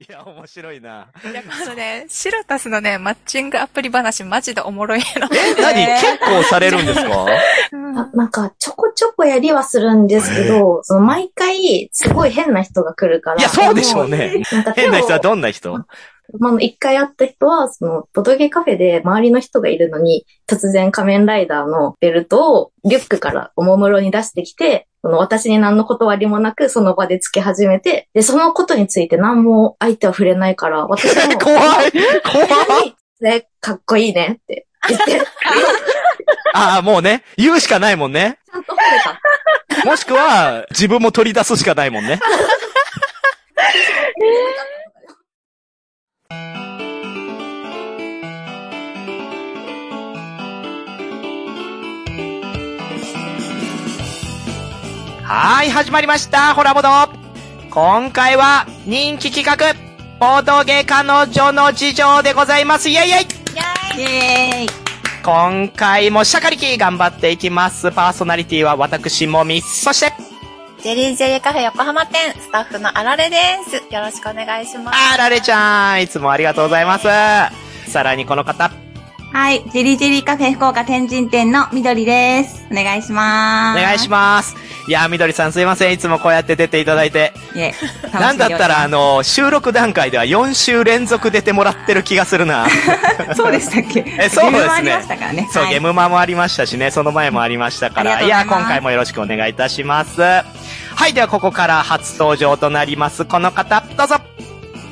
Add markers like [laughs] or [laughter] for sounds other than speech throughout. いや、面白いな。いや、あのね、シラタスのね、マッチングアプリ話、マジでおもろいの。え、何結構されるんですかあなんか、ちょこちょこやりはするんですけど、その毎回、すごい変な人が来るから。いや、そうでしょうね。もう。なんか手変をな人はどんな人まあ、一回会った人は、その、ボドゲカフェで周りの人がいるのに、突然仮面ライダーのベルトをリュックからおもむろに出してきて、その私に何の断りもなく、その場でつけ始めて、で、そのことについて何も相手は触れないから、私えも、 [laughs] 怖い怖いね、かっこいいねって [laughs] 言って、ああ、もうね、言うしかないもんね。ちゃんと吠えた。もしくは、自分も取り出すしかないもんね。はーい、始まりました、ホラボド今回は、人気企画、ボドゲ彼女の事情でございます。イェイイェイイエーイ今回もシャカリキ頑張っていきます。パーソナリティは私もみ、そして、ジェリージェリーカフェ横浜店、スタッフのあられです。よろしくお願いします。あられちゃん、いつもありがとうございます。さらにこの方、はい。ジェリージェリーカフェ福岡天神店のみどりです。お願いしおます。願いします。いやー、みどりさんすいません。いつもこうやって出ていただいて。いえ、なんだったら、あの、収録段階では4週連続出てもらってる気がす [laughs] るな。ら、そうでしたっけえそうですねゲームもありましたからね。そう、はいゲームマもありましたしね、その前もありましたから。あいりやがー、とうご今ざいます回もよろしくお願いいたします。はい、ではここから初登場となります。この方、どうぞ。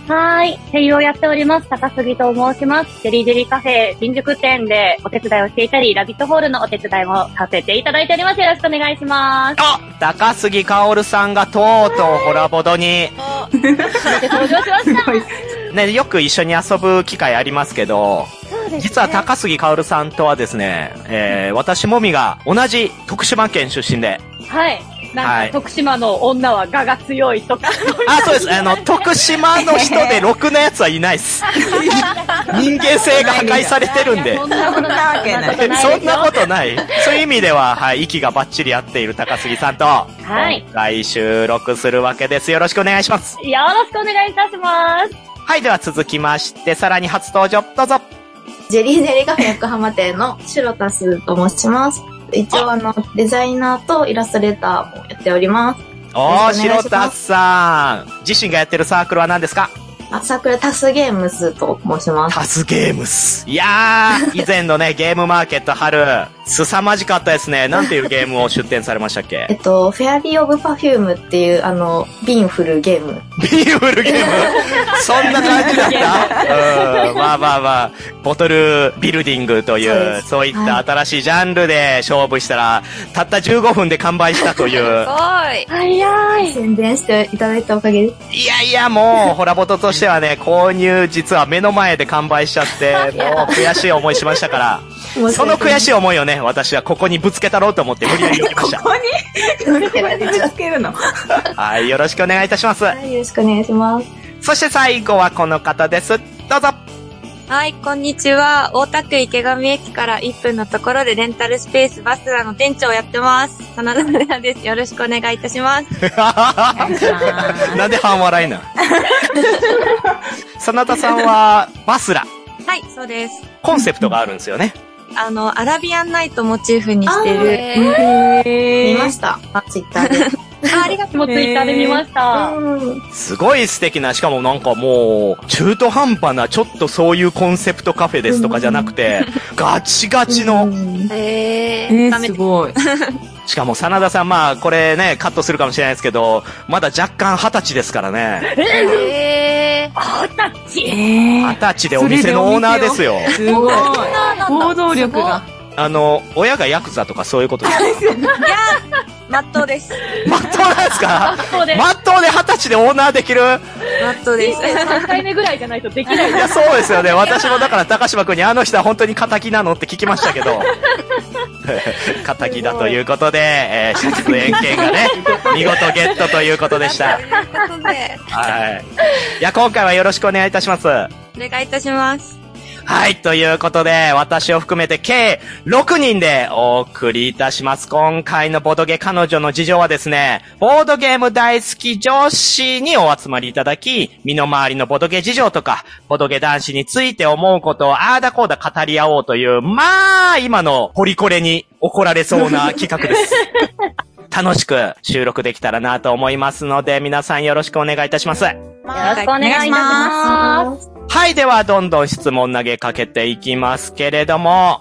はーい。声優をやっております。高杉と申します。ジェリージェリーカフェ新宿店でお手伝いをしていたり、ラビットホールのお手伝いもさせていただいております。よろしくお願いし [laughs] ます。あ高杉かおるさんがとうとうホラボドに、登場しました。ね、よく一緒に遊ぶ機会ありますけど、実は高杉かおるさんとはですね、えー、私もみが同じ徳島県出身で、はい。はなんいか、徳島の女は我が強いとか。あ、そうです。あの、徳島の人でろくなやつはいないっす。人間性が破壊されてるんで。そんなことなわけないことですよそんなことない。そういう意味では、はい、息がバッチリ合っている高杉さんと、はい。今回収録するわけです。よろしくお願いします。よろしくお願いいたします。はい、では続きまして、さらに初登場、どうぞ。ジェリージェリーカフェ横浜店のシロタスと申します。一応あの、デザイナーとイラストレーターもやっております。おー、よろ白しくお願いしま田さん。自身がやってるサークルは何ですか朝倉タスゲームスと申します。タスゲームス。いやー、以前のね、ゲームマーケット春、凄まじかったですね。なんていうゲームを出展されましたっえけっと、フェアリー・オブ・パフュームっていう、あの、瓶振るゲーム。ビーフルゲームそんな感じだったうん、まあまあまあ、ボトルビルディングといそうう、でそうすいった新しいジャンルで勝負したら、たった15分で完売したという。す早い。宣伝していただいたおかげで。いやいや、もう、ホラボトとしては [laughs] ね、購入実は目の前で完売しちゃって、もう悔しい思いしましたから。その悔しい。い思いをね、私はここにぶつけたろうと思って無理やり言ってまこした。こに、ここにぶつけるの。 [laughs] はい、よろしくお願いいたします。はい、よろしくお願いします。そして最後はこの方です。どう [laughs] ぞ。はい、こんにちは。大田区池上駅から1分のところでレンタルスペースバスラの店長をやってます。真田奈々です。よろしくお願いいたします。なんで半笑い [laughs] な。真田さんは、バスラ。はい、そうです。コンセプトがあるんですよね。あの、アラビアンナイトモチーフにしてあーる。え見ました。ツイッタ [laughs] ーで。あありがともうツイッターで見ました。うん。すごい素敵な、しかもなんかもう、中途半端な、ちょっとそういうコンセプトカフェですとかじゃなくて、ガチガチの、うんー、ええダー、メすごい。しかも、真田さん、まあ、これね、カットするかもしれないですけど、まだ若干二十歳ですからね。えー、あたっえち。二ー、十歳でお店のオーナーですよ。すごい。だ行動力が。あの、親がヤクザとかそういうことですかいやー、マットです。まっとうなんですか学校でまっとうで二十歳でオーナーできるマットで人す。生3回目ぐらいじゃないとできないいや、そうですよね。私もだから、高島君に、あの人は本当に仇なのって聞きましたけど。 [laughs] 仇だということで、えー、出演権が [laughs] ね、見事ゲットということでした。ということで、はい。いや、今回はよろしくお願いいたします。お願いいたします。はい、ということで、私を含めて計6人でお送りいたします。今回のボードゲ彼女の事情はですね、ボードゲーム大好き女子にお集まりいただき、身の回りのボードゲ事情とか、ボードゲ男子について思うことをあーだこうだ語り合おうという、まあ、今のポリコレに怒られそうな企画です。楽しく収録できたらなと思いますので、皆さんよろしくお願いいたし [laughs] ます。ろしくお願いいたします。はい、ではどんどん質問投げかけていきますけれども、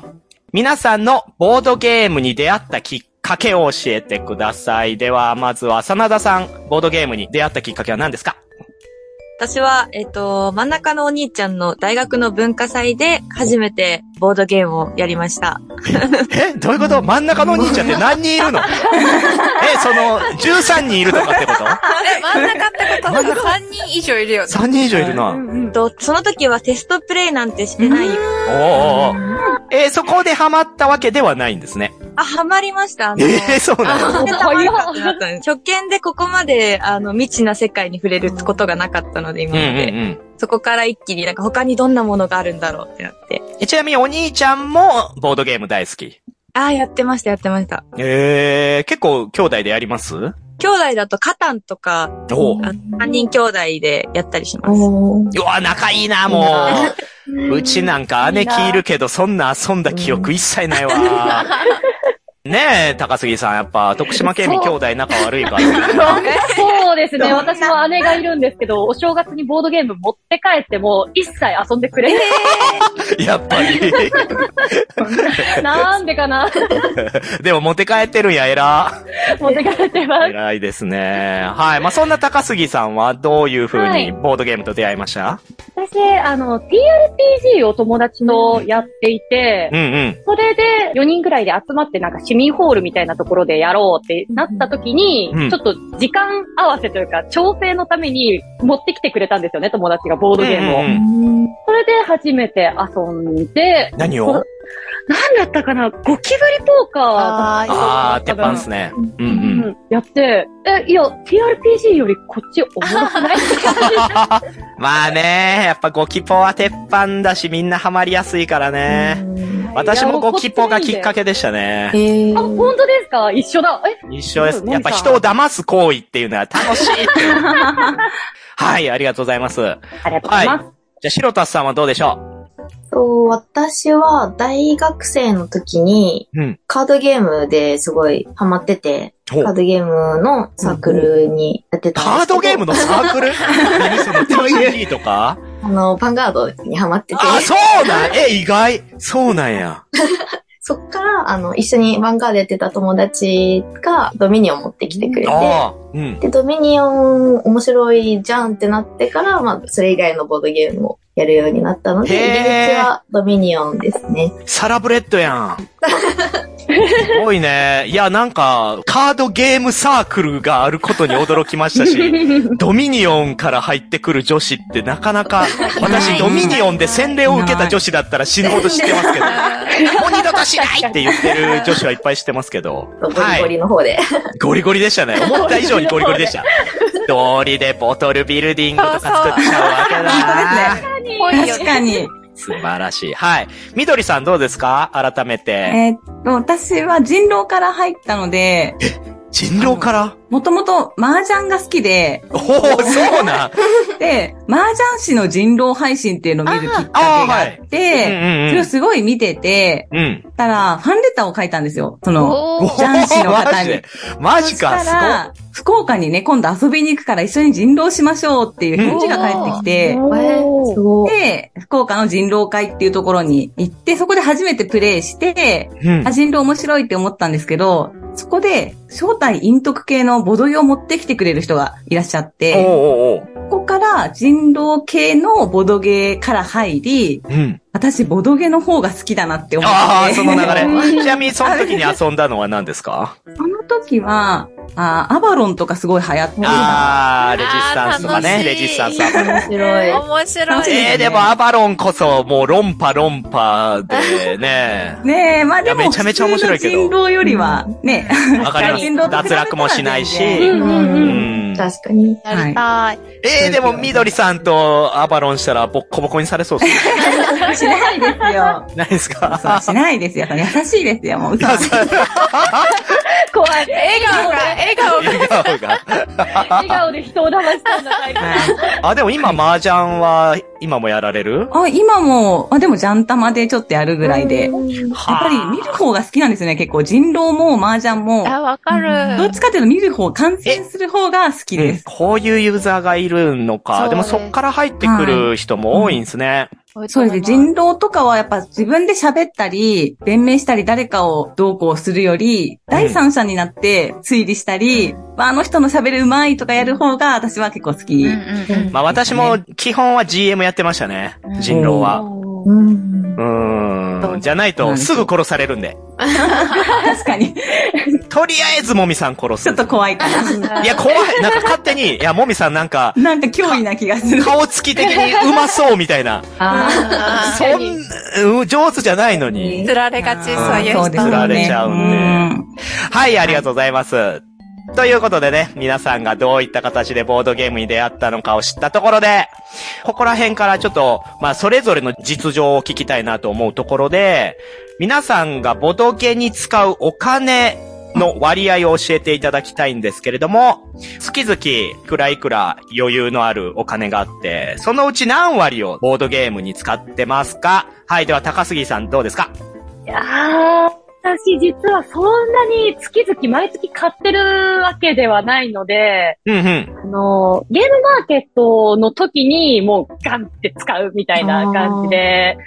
皆さんのボードゲームに出会ったきっかけを教えてください。では、まずは、真田さん、ボードゲームに出会ったきっかけは何ですか私は、えっ、と、真ん中のお兄ちゃんの大学の文化祭で初めてボードゲームをやりました。え、どういうこと真ん中のお兄ちゃんって何人い [laughs] るのえ、その、13人いるとかってことえ、真ん中ってことは3人以上いるよね。 ?3 人以上いるな。おーうんと、その時はテストプレイなんてしてない。おーおーえそこでハマったわけではないんですね。あ、ハマりました。あのえー、そうなの初見でハマるかってなったんです初見でここまで、あの、未知な世界に触れることがなかったのうで、ん今うまんで。うん。そこから一気になんか他にどんなものがあるんだろうってなって。えちなみにお兄ちゃんもボードゲーム大好き。ああ、やってました、やってました。えー、結構兄弟でやります兄弟だとカタンとか、おうあの三人兄弟でやったりします。おーうわ、仲いいな、もう。うちなんか姉貴いるけど、そんな遊んだ記憶一切ない [laughs] わ。ねえ、高杉さん、やっぱ、徳島県民兄弟仲悪いから。そうです [laughs] ね。私も姉がいるんですけど、お正月にボードゲーム持って帰っても、一切遊んでくれな [laughs] やっぱり。 [laughs] い。なんでかな [laughs] でも、持って帰ってるんや、偉。持って帰ってます。偉いですね。はい。まあ、そんな高杉さんは、どういう風はにいボードゲームと出会いました、私、あの、TRPG を友達とやっていて、うんうん。それで4人ぐらいで集まってなんか市民ホールみたいなところでやろうってなった時に、うんちょっと時間合わせというか調整のために持ってきてくれたんですよね、友達がボードゲームを。うんうんそれで初めて遊んで、何をなんだったかな、ゴキブリポーカーだあーあー、鉄板っすね。うんう。うんん、やって、え、いや、TRPG よりこっちおもろくないまあね、やっぱゴキポは鉄板だし、みんなハマりやすいからね。 [laughs] 私もゴキポがきっかけでしたね。えあ、本当ですか一緒だ。え、一緒です。うんやっぱ人を騙す行為っていうのは楽しいっていう。 [laughs] はい、ありがとうございます。じゃありがとうございます。あ、白田さんはどうでしょと、私は大学生の時にううん。カードゲームですごいハマってて、ほうカードゲームのサークルにやってたんカでーすけど。ドゲームのサークル何その TG とかあの、ヴァンガードにハマってて、あ、そうなんえ、意外そうなんや。そっから、あの、一緒にヴァンガードやってた友達がドミニオン持ってきてくれて、ああ。うん。で、ドミニオン面白いじゃんってなってから、まあ、それ以外のボードゲームをやるようになったので、へー入り口はドミニオンですね。サラブレッドやん。すごいね。いや、なんか、カードゲームサークルがあることに驚きました [laughs] し、ドミニオンから入ってくる女子ってなかなか、私ドミニオンで洗礼を受けた女子だったら死ぬほど知ってますけ [laughs] ど、もう二度としないって言ってる女子はいっぱい知ってますけど、ゴリはゴい。リの方で。ゴリゴリで [laughs] したね。思った以上にゴリゴリでした。通りでボトルビルディングとか作っちゃうわけだ。 [laughs] 本多いよ確ね。かに。素晴らしい。はい。みどりさんどうですか改めて。えーっと、私は人狼から入ったので、人狼からもともと麻雀が好きで、おお、そうなん。 [laughs] で、麻雀師の人狼配信っていうのを見るきっかけがあって、それをすごい見てて、うんうんうん。たら、ファンレターを書いたんですよ。その、おおージャン氏の方にマジでマジそか、すしたら、福岡にね、今度遊びに行くから一緒に人狼しましょうっていう返事が返ってきて、 [laughs] すごい。で、福岡の人狼会っていうところに行って、そこで初めてプレイして、ごい。うんあ、人狼面白いって思ったんですけど、そこで、正体陰徳系のボドゲを持ってきてくれる人がいらっしゃっおーて、おーここから人狼系のボドゲから入り、おーうん。私、ボドゲの方が好きだなって思って。ああ、その流 [laughs] れ。ちなみに、その時に遊んだのは何ですかその時は、あーアバロンとかすごい流行ってた。。ああ、レジスタンスとかあーね。楽しレいジスタンスアバロン。面白い。面白い。えー、でもアバロンこそ、もう論破論破でねねえ、まあでいやも、めちゃめちゃ面白いけど普通の人狼よりは、ね、わかります。脱落もしないし。ううんん。うん。確かに。やりたい。ええでも、緑さんとアバロンしたら、ボッコボコにされそうっすねしないですよ。ないですそう、かしないですよ。優しいです [laughs] よ。もう嘘はない怖い。笑顔が、笑顔が。笑顔が。笑顔で人を騙したんだ、最後。あ、でも今、麻雀は、今もやられるあ、今も、あ、でも、ジャンタマでちょっとやるぐらいで。やっはぱり見る方が好きなんですよね、結構。人狼も麻雀も。あ、わかどっる。ちかっていうと見る方、観戦する方が好きうでんす。こういうユーザーがいるのそか。うでもねそっから入ってくる人も多いんですね。そうですね。人狼とかはやっぱ自分で喋ったり、弁明したり誰かをどうこうするより、第三者になって推理したり、まあ、あの人の喋るうまいとかやる方が私は結構好き。うんうんうん。まあ私も基本は GM やってましたねう。ん人狼は。うん。うーん。じゃないとすぐ殺されるんで。確かに。とりあえずもみさん殺ちょすっ。と怖いか [laughs] な。いや、怖い。なんか勝手に、いや、もみさんなんか、なんか脅威な気がする。顔つき的にうまそうみたい [laughs] な。あそん、うん上手じゃないのに。釣られがち、そういうそ人う。ですね釣られちゃうんでんはい、ありがとうございます。ということでね、皆さんがどういった形でボードゲームに出会ったのかを知ったところで、ここら辺からちょっと、まあ、それぞれの実情を聞きたいなと思うところで、皆さんがボドゲに使うお金の割合を教えていただきたいんですけれども、月々いくらいくら余裕のあるお金があって、そのうち何割をボードゲームに使ってますかはい、では高杉さんどうですかいやー私実はそんなに月々毎月買ってるわけではないので、うんうん。あのーゲームマーケットの時にもうガンって使うみたいな感じで、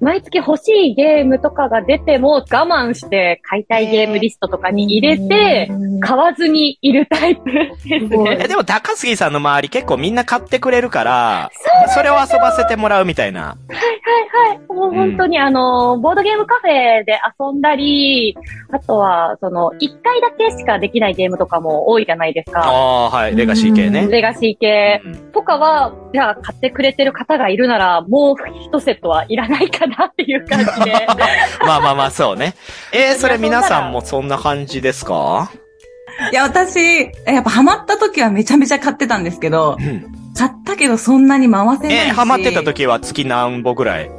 毎月欲しいゲームとかが出ても我慢して買いたいゲームリストとかに入れて、買わずにいるタイプですすごいね。 [laughs] え、でも高杉さんの周り結構みんな買ってくれるから、それを遊ばせてもらうみたいな。はいはい。もう本当に、あの、ボードゲームカフェで遊んだり、あとは、その、一回だけしかできないゲームとかも多いじゃないですあか。あ、はい。レガシー系ね。レガシー系とかは、じゃあ買ってくれてる方がいるなら、もう一セットはいらないかなっていう感じで。まあまあまあ、そうね。えーそれ皆さんもそんな感じですかいや、私、やっぱハマった時はめちゃめちゃ買ってたんですけどう、ん買ったけどそんなに回せないし。えーハマってた時は月何歩ぐらい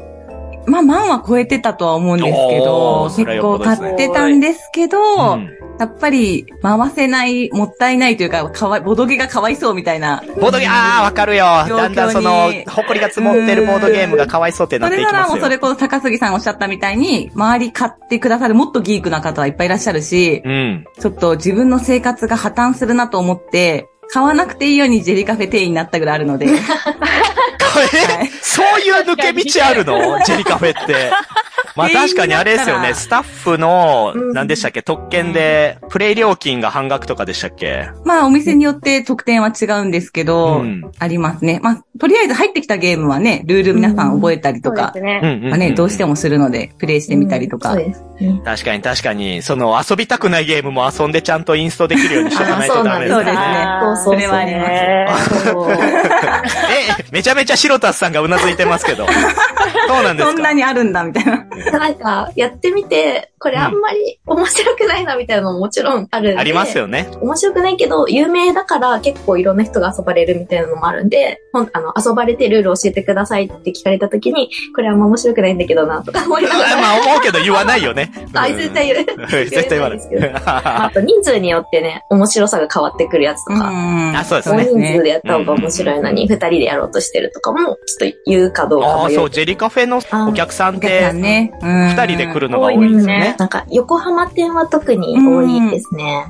まあ、万は超えてたとは思うんですけおどー、それ結はよ構っぽどですね買ってたんですけど、うんやっぱり回せない、もったいないというか、かわい、ボドゲがかわいそうみたいな。ボードゲーム、ああ、わかるよ。状況にだんだんその、埃が積もってるボードゲームがかわいそうってなそってれいなきまらもすうそよ。れこそ高杉さんおっしゃったみたいに、周り買ってくださるもっとギークな方はいっぱいいらっしゃるし、うん。ちょっと自分の生活が破綻するなと思って、買わなくていいようにジェリカフェ店員になったぐらいある [laughs] ので。えそういう抜け道あるのジェリカフェって。まあ確かにあれですよね、スタッフの、うん何でしたっけ、特権で、プレイ料金が半額とかでしたっけまあお店によって特典は違うんですけうど、んありますね。まあとりあえず入ってきたゲームはね、ルール皆さん覚えたりとか、そうですね。んんんまあね、どうして。もするので、プレイしてみたりとか。そうですね。確かに確かに、その遊びたくないゲームも遊んでちゃんとインストできるようにしとかないとダメですそうですね。ねあそうそうーそうそれはありますえ、めちゃめちゃ白田さんがうなずいてますけど。そうなんですそんなかにあるんだ、みたいな。なんか、やってみて、これあんまり面白くないなみたいなのももちろんあるんで。ありますよね。面白くないけど、有名だから結構いろんな人が遊ばれるみたいなのもあるんで、ほんあの、遊ばれてルール教えてくださいって聞かれた時に、これはあんま面白くないんだけどな、とか思いながら。まあ思うけど言わないよね。あ、うん [laughs] 絶対言う。絶対言わない。あと人数によってね、面白さが変わってくるやつとか、あそうです大ね人数でやった方が面白いのに、二人でやろうとしてるとかも、ちょっと言うかどうかあ [laughs] もあ、よそう、ジェリカフェのお客さんっお客て、さんね。二二人で来るのが多多いいんでですすよねね。。なんか、横浜店は特に多いですね。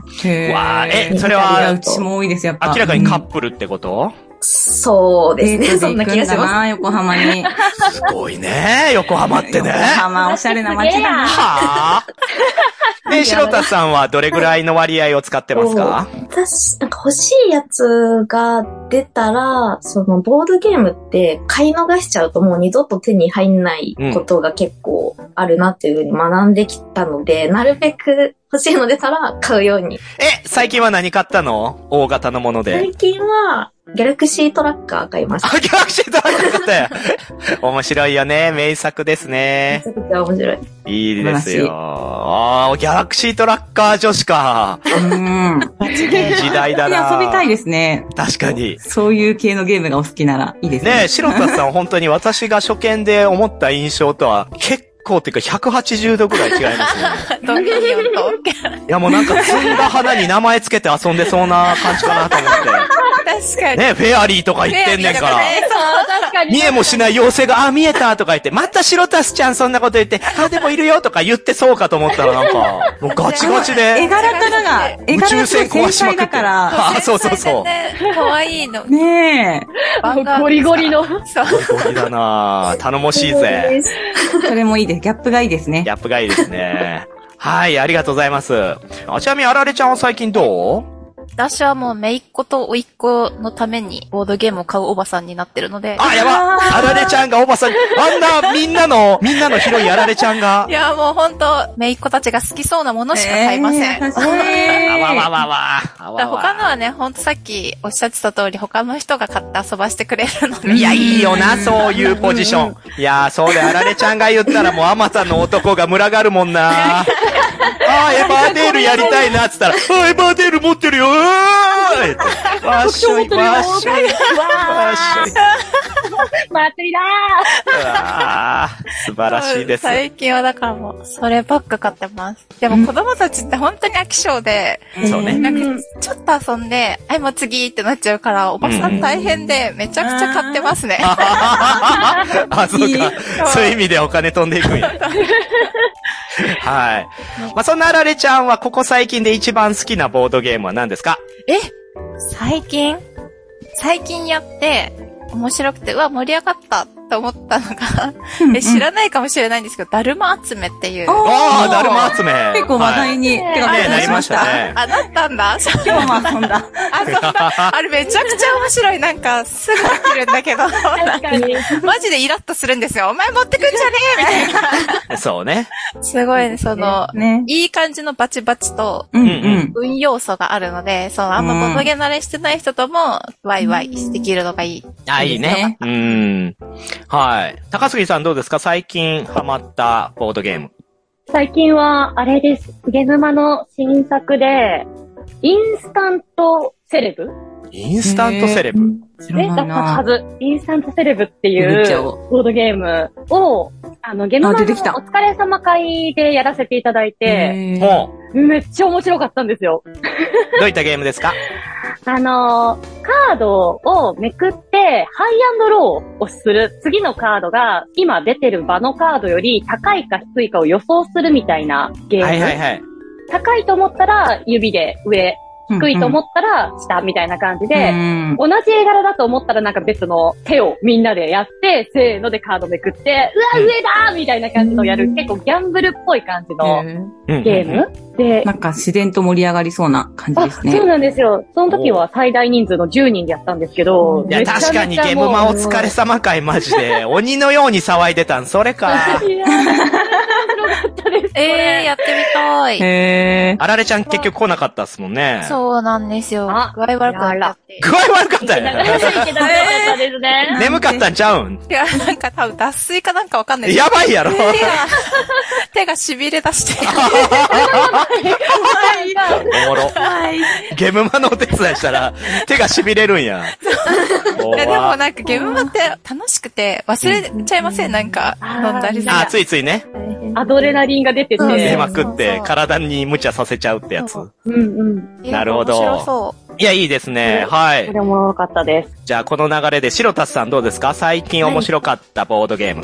るわあえそれはいやうちも多いです、やっぱ。明らかにカッププルってことそうですね。そんな気がします。す。横浜 [laughs] に。すごいね、横浜ってね。横は浜、おしゃれな街だ [laughs] な。あ。で、白田さんはどれぐらいの割合を使ってますか私、なんか欲しいやつが出たら、そのボードゲームって買い逃しちゃうともう二度と手に入んないことが結構あるなっていうふうに学んできたので、なるべく欲しいの出たら買うように。え、最近は何買ったの大型のもので。最近は、ギャラクシートラッカー買いました。あ、ギャラクシードラッグ買ったよ。面白いよね。名作ですね。めちゃくちゃ面白い。いいです素晴らしいよ。ああ、ギャラクシートラッカー女子か。うん。いい時代だでな。遊びたいですね。確かに。そういう系のゲームがお好きならいいですね。ねえ、白田さん、本当に私が初見で思った印象と [laughs] は、結構っていうか180度ぐらい違いますね。ドミニオンと。いや、もうなんか積んだ花に名前つけて遊んでそうな感じかなと思っ [laughs] 確かて。に。[laughs] ねえ、フェアリーとか言ってんねんから。確かに。見えもしない妖精が、あ、見えたとか言って、また白タスちゃんそんなこと言って、あ、でもいるよとか言ってそうかと思ったらなんか、もうガチガ [laughs] チ絵で。柄からが、絵柄がすごい繊細だから。あそうそうそう可愛いの。ねえ。ゴリゴリの。そう。ゴリだなぁ頼もしいぜ。それもいいです。ギャップがいいですねギ。ャップがいいですね。はい、ありがとうございます。あ、ちなみにあられちゃんは最近どう私はもう姪っ子と甥っ子のためにボードゲームを買うおばさんになってるので。あ、やばあられちゃんがおばさん、あんなみんなの、みんなの広いあられちゃんがい。や、もうほんと、姪っ子たちが好きそうなものしか買いません。えー優しあわわい。わわ。あわだからわ他のはね、ほんとさっきおっしゃってた通り、他の人が買って遊ばしてくれるので。いや、いいよな、そういうポジション。いや、そうで、あられちゃんが言ったらもう、あまたの男が群がるもんな。ああ、エヴァーデールやりたいな、っつったら、あエヴァーデール持ってるよーいってわっしょい、わっしょい、わっしょい。祭りだうわー素晴らしいです。最近はだからもう、そればっか買ってます。でも子供たちって本当に飽き性で、そうね。なんかちょっと遊んで、はい、もう次ってなっちゃうから、おばさん大変で、めちゃくちゃ買ってますね。あ、そういいか。そういう意味でお金飛んでいくんや。はい。まあ、そんなあられちゃんは、ここ最近で一番好きなボードゲームは何ですか最近最近やって、面白くて、うわ、盛り上がったと思ったのが、うんうんえ知らないかもしれないんですけど、だるま集めっていう。おーああ、だるま集め。結構話題に、手がはいね、出なしりままし。したたね。あ、なったんだ [laughs] 今日も遊んだ。あ、そんな、あれめちゃくちゃ面白い。なんか、すぐ飽きるんだけど、 [laughs] なんか確かに。マジでイラッとするんですよ。お前持ってくんじゃねえみたいそうね。な。すごいね、その、ね。いい感じのバチバチと、うんう。うん運要素があるので、その、あんまうんボトゲ慣れしてない人とも、ワイワイできるのがいい。あ、いいね。うん。はい。高杉さんどうですか最近ハマったボードゲーム。最近は、あれです。ゲヌマの新作で、インスタントセレブインスタントセレブ。知ね、らだなっいたはな。ず。インスタントセレブっていめっちゃうおボードゲームを、あの、ゲノマのあお出てきた疲れ様会でやらせていただいて、へーほめっちゃ面白かったんですよ。う。どういったゲームですかあのーカードをめくって、ハイアンドローをする。次のカードが、今出てる場のカードより高いか低いかを予想するみたいなゲーム。はいはいはい。高いと思ったら指で上、低いと思ったら下みたいな感じで、うん同じ絵柄だと思ったらなんか別の手をみんなでやって、せーのでカードめくって、うわ、うん上だーみたいな感じのやる、結構ギャンブルっぽい感じのへーうんゲーム、で、なんか自然と盛り上がりそうな感じあ、ですね。そうなんですよ。その時は最大人数の10人でやったんですけど、いや、めちゃめちゃ確かにゲームマお疲れ様会マジで、鬼のように騒いでたん、それか。いやー、面白かったです。ええー、やってみたい。へえ。あられちゃん結局来なかったっすもんね。う。そうなんですよ。あ具合悪くなっちゃって。具合悪かったなかな [laughs] よ。かいけなかったですね。眠かったんちゃうんいや、なんか多分脱水かなんかわかんないけどやばいや [laughs] ろ。手が、手が痺れ出 [laughs] して。おもろ。ゲームマのお手伝いしたら、手が痺れるんや。いや、でもなんかゲームマって楽しくて忘れちゃいません、なんか飲んだりさ。あ、ついついね、 [laughs] アドレナリンが出てて。そ出うねまくっそうてそう体に無茶させちゃうってやつそ。うんうん。なるほど面白そう。いや、いいですね。はこい。れも良かったです。じゃあ、この流れで、白田さんどうですか最近面白かったボードゲーム。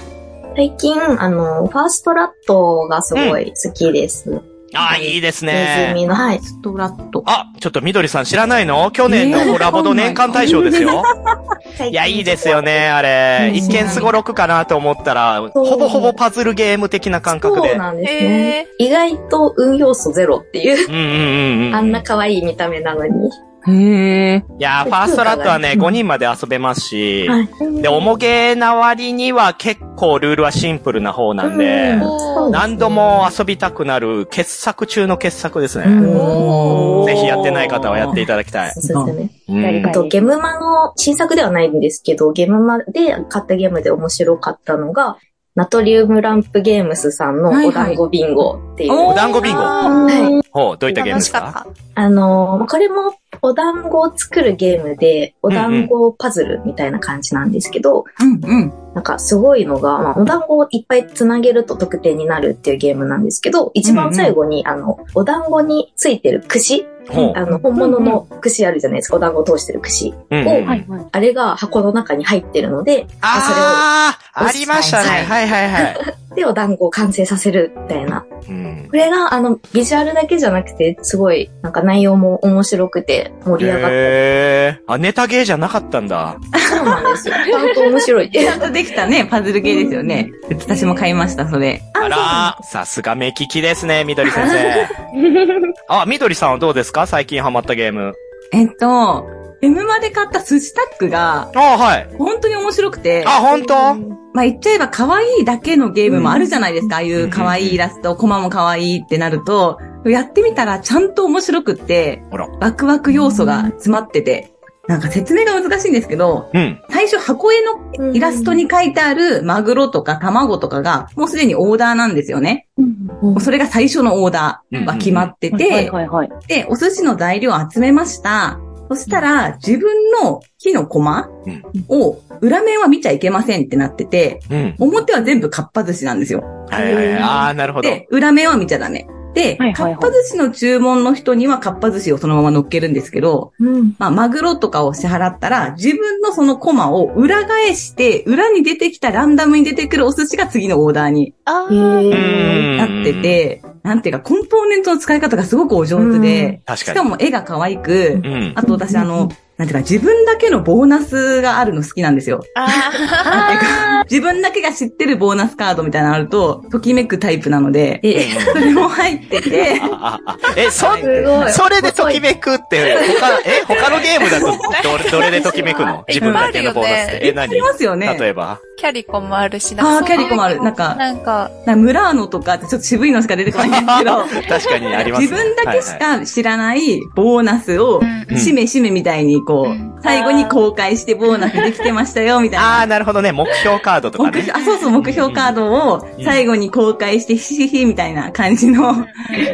最近、あの、ファーストラットがすごい好きです。あ、いいですネズね。ミの、はい。ストラット。あ、ちょっと緑さん知らないの去年のコラボド年間大賞ですよ。いや、いいですよね、あれ。うん一見すごろくかなと思ったら、ほぼほぼパズルゲーム的な感覚そうで。なんですね。へ意外と運要素ゼロっていう、うんうんうんうん。あんな可愛い見た目なのに。へえ。いやー、ファーストラットはね、5人まで遊べますし、はいで、重げな割には結構ルールはシンプルな方なんで、そう何度も遊びたくなる傑作中の傑作ですね。おーぜひやってない方はやっていただきたいで。すね。うんやりたあいと、ゲムマの、新作ではないんですけど、ゲムマで買ったゲームで面白かったのが、ナトリウムランプゲームスさんのはいはいお団子ビンゴっていう。お団子ビンゴ。はいほう、どういったゲーム楽でしすかっかた。あのーこれもお団子を作るゲームで、お団子パズルみたいな感じなんですけど、うんうん。なんかすごいのが、まあ、お団子をいっぱいつなげると得点になるっていうゲームなんですけど、一番最後に、あの、お団子についてる串、ほあの、本物の串あるじゃないですか、お団子を通してる串。う。うんおうんはいはい。あれが箱の中に入ってるので、あー、それをありましたね。はいはいはいはい。で、お団子を完成させるみたいな。うんこれが、あの、ビジュアルだけじゃなくて、すごい、なんか内容も面白くて盛り上がっへー。あ、ネタゲーじゃなかったんだ。た。そうなんですよ。ちゃんと面白 [laughs] い。ちゃんとできたね、パズル系ですよね。私も買いました、それ。あらー、さすが目利きですね、みどり先生。 [laughs] あ、みどりさんはどうですか最近ハマったゲーム。えっと、M まで買った寿司タックが、あはい。本当に面白くて、あ、本当まあ言っちゃえば可愛いだけのゲームもあるじゃないですか。ああいう可愛いイラスト、コマも可愛いってなると、やってみたらちゃんと面白くってほら、ワクワク要素が詰まってて、なんか説明が難しいんですけど、うん。最初箱絵のイラストに書いてあるマグロとか卵とかが、もうすでにオーダーなんですよね。もうそれが最初のオーダーは決まってはいて、はいはい。で、お寿司の材料を集めました。そしたら、自分の木のコマうんを、裏面は見ちゃいけませんってなってて、うん。表は全部かっぱ寿司なんですよ。はいはいはい。あー、なるほど。で、裏面は見ちゃダメ。で、はいはいかはいっぱ寿司の注文の人にはかっぱ寿司をそのまま乗っけるんですけど、うん。まあ、マグロとかを支払ったら、自分のそのコマを裏返して、裏に出てきたランダムに出てくるお寿司が次のオーダーにあえーうーんなって。て、なんていうか、コンポーネントの使い方がすごくお上手で、確しかかに。も絵が可愛く、うん。あと私あの、なんていうか、自分だけのボーナスがあるの好きなんですよ。なんていうか自分だけが知ってるボーナスカードみたいなのあると、ときめくタイプなので、それも入ってて、あああえ、そ、すごい。それでときめくって、他、え、他のゲームだと、ど、 [laughs] どれでときめくの自分だけのボーナスで。え、あ何りますよね。例えば。キャリコもあるし、あなんあ、かキャリコもある。なんか、なんか、なんかムラーノとかってちょっと渋いのしか出てこないん [laughs] ですけど、確か [laughs] にありますね。自分だけしか知らないボーナスをう、んうんしめしめみたいにこうんう、最後に公開してボーナスできてましたよ、みたいな。ああ、なるほどね。目標カードとか目ね。標、あ、そうそう、目標カードを最後に公開して、ひひひみたいな感じの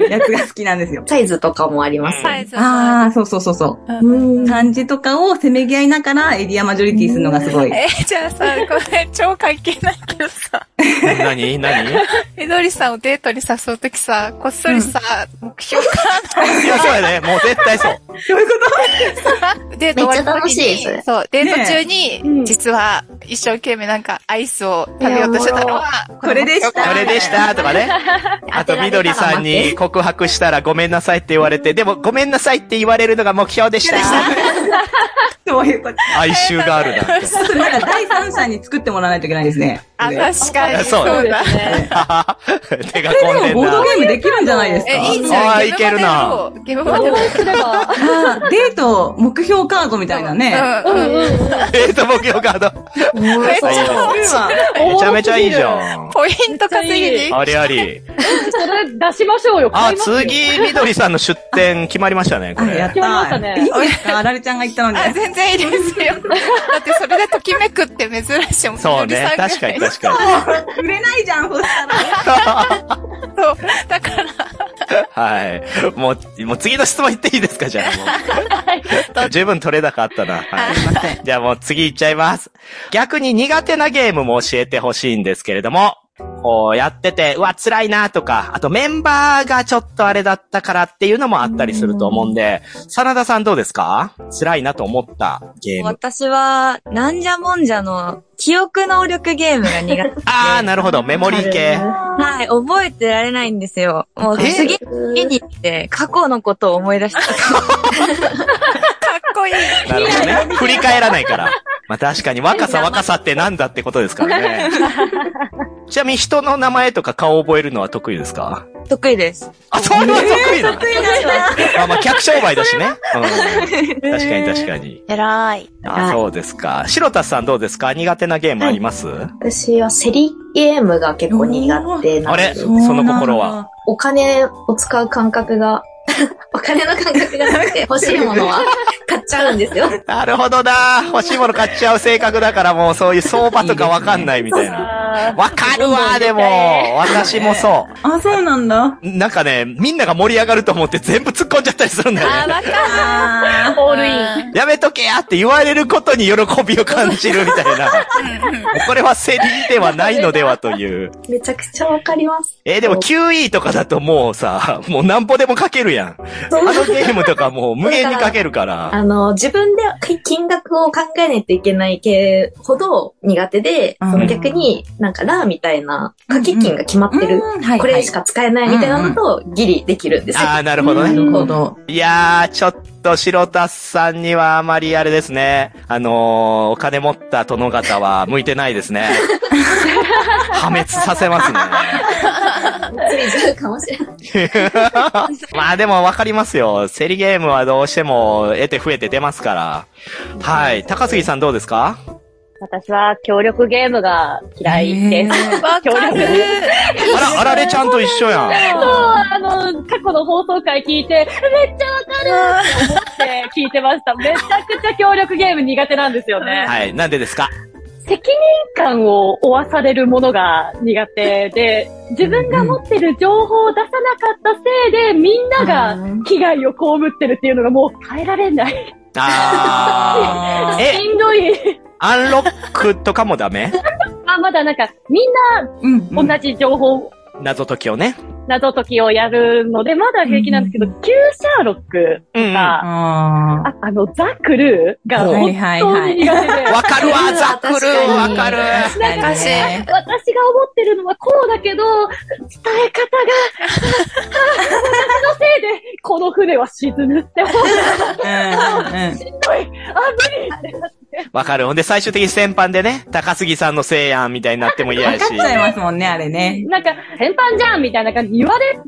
やつが好きなんですよ。サイズとかもあります。サイズもあああ、そうそうそうそう。る。ううんん。漢字とかをせめぎ合いながらエリアマジョリティするのがすごい。え、じゃあさ、これ超関係ないけどさ、 [laughs] 何何いや、みどりさんをデートに誘うときさ、こっそりさ、目標かそうだね。もう絶対そう。そういうこ [laughs] デート終わる時にめっちゃ楽しいそれそう、デート中うに、ん実は一生懸命なんかアイスを食べようとしてたのは、これでしたこれでしたとかね。あと、みどりさんに告白したらごめんなさいって言われて、でもごめんなさいって言われるのが目標でした。とそういうこと。哀愁があるなって。ちょっとなんか第三者に作ってもらわないといけないですね。あ、確かにそそううだだ。手がこれ込んででもんボードな。ゲームできるんじゃないですかえ、いいじゃあん。ーいけるなゲームまでも。すれば。あーデート、目標カードみたいなね。うんうんえっと、目標カード。めっち最ゃ高うわ [laughs] めちゃめちゃいいじゃ [laughs] ん。ポイント稼ぎに。ありあり。それ出しましょうよ。買あ、いますよ次、みどりさんの出店決まりましたね、こあ、やれっ。決まりましたた。ねいいんですかあられちゃんが言ったのに。あ、全然いいですよ。だってそれでときめくって珍しいもん。そうみどりねさ。んぐらい確かに確か売れないじゃん、そしたら。そう。だから、に。はい。もう、もう次の質問行っていいですか、じゃあもう。十分取れ高あったな。はい。すいません。じゃあもう次行っちゃいます。逆に苦手なゲームも教えてほしいんですけれども、こうやってて、うわ、辛いなとか、あとメンバーがちょっとあれだったからっていうのもあったりすると思うんで、真田さんどうですか辛いなと思ったゲーム。私は、なんじゃもんじゃの記憶能力ゲームが苦 [laughs] 手。あー、なるほど、メモリー系。はい、覚えてられないんですよ。もうえ [laughs] 次、次に行って過去のことを思い出した。過こいい。なるほど [laughs] ね。振り返らないから。まあ確かに若さ若さってなんだってことですからね。ちなみに人の名前とか顔覚えるのは得意ですか得意です。あ、そういうのは得意 [laughs] なの、得意なんだ。まあまあ客商売だしね。うん、確かに確かに。偉い。あ、そうですか。白田さんどうですか苦手なゲームあります、私はセリゲームが結構苦手なあんでれすその心は。お金を使う感覚が、 [laughs] お金の感覚がなくて欲しいものは買っちゃうんですよ。なるほどな欲しいもの買っちゃう性格だからもうそういう相場とかわかんないみたいな。あわかるわでも、私もそあ、そうなんだ。う。 [laughs] なんかね、みんなが盛り上がると思って全部突っ込んじゃったりするんだよね。わかる。あーオールイン。やめとけやって言われることに喜びを感じるみたいな。 [laughs] これはセリではないのではという。めちゃくちゃわかります。えーでも 9E とかだともうさ、もう何歩でも書けるやん。そあうのゲームとかもう無限に書けるから。あの、自分で金額を考えないといけない系ほど苦手で、うんその逆になんかラーみたいな掛け金が決まっーてる。うんはい。これしか使えないみたいなのとギリできるんですよ。 [laughs] ああ、なるほどはい。なね。るほど。いやー、ちょっと白田さんにはあまりあれですね。あのー、お金持った殿方は向いてないですね。破滅させますね。釣りちゃうかもしれない。まあでもわかりますよ。セリゲームはどうしても得て増えて出ますから。はい。高杉さんどうですか私は協力ゲームが嫌いです。わ協か力る。あら、あられちゃんと一緒やん。そう、あの、過去の放送回聞いて、めっちゃわかるって思って聞いてました。めちゃくちゃ協力ゲーム苦手なんですよね。はい。なんでですか責任感を負わされるものが苦手で、自分が持ってる情報を出さなかったせいで、みんなが危害を被ってるっていうのがもう耐えられない。あー。え、しんどい。アンロックとかもダメあ、まだなんか、みんうん。な同じ情報、謎解きをね。謎解きをやるので、まだ平気なんですけど、旧シャーロックうんうん。が、わあああの、ザ・クルーがはい本はい当に苦手で、かるわ、ザクルーわかる。ー。なんかね私が思ってるのはこうだけど、伝え方が、私のせいで、この船は沈むって思う。うん。うん。あ、無理ってなって。わかる。ほんで最終的に先般でね、高杉さんのせいやんみたいになっても嫌わやかっし。ちゃいますもんね、あれね。なんか、先般じゃんみたいな感じで言われ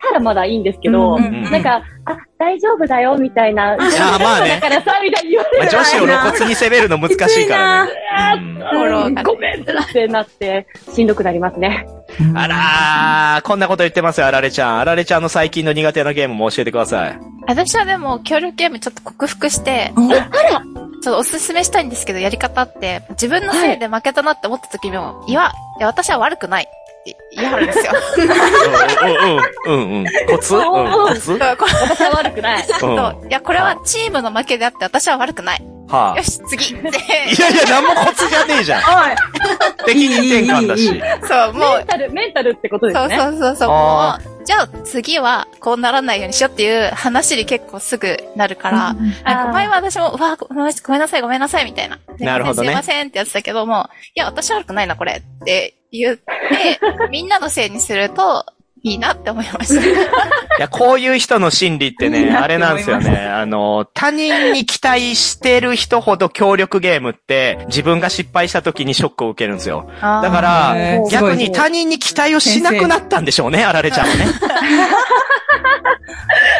たらまだいいんですけど、うんうんうんなんか、あ、大丈夫だよ、みたいな。あまあねだからさ、みたいに言われまある女子を露骨に攻めるの難しいからね。うんうんごめんってなって、しんどくなりますね。あらー、こんなこと言ってますよ、あられちゃん。あられちゃんの最近の苦手なゲームも教えてください。私はでも、協力ゲームちょっと克服して、おちょっとおすすめしたいんですけど、やり方って、自分のせいで負けたなって思った時にも、いや、いや、私は悪くないって言い張るん [laughs] ですよ。うんうんうんうん。コツうんコツは私は悪 [laughs] くない。そういや、これはチームの負けであって、私は悪くない。あよ。し、次で、いやいや、なんもコツじゃねえじゃん。適任転換だいいいいし。そう、もメうン、タル、メンタルってことですそうね。そうそうそう。あもうじゃあ次はこうならないようにしようっていう話に結構すぐなるから、なんか前は私も、うわごめんなさい、ごめんなさい、ごめんなさいみたいな。なるほどねすいませんってやってたけども、いや、私悪くないな、これって言 [laughs] って、みんなのせいにすると、いいなって思いました。いや、こういう人の心理っていいね、なってあれなんですよ思ね。あの、他人に期待してる人ほど協力ゲームって、自分が失敗した時にショックを受けるんですよ。だかへら、ー逆に他人に期待をしなくなったんでしょうね、あられちゃんはね。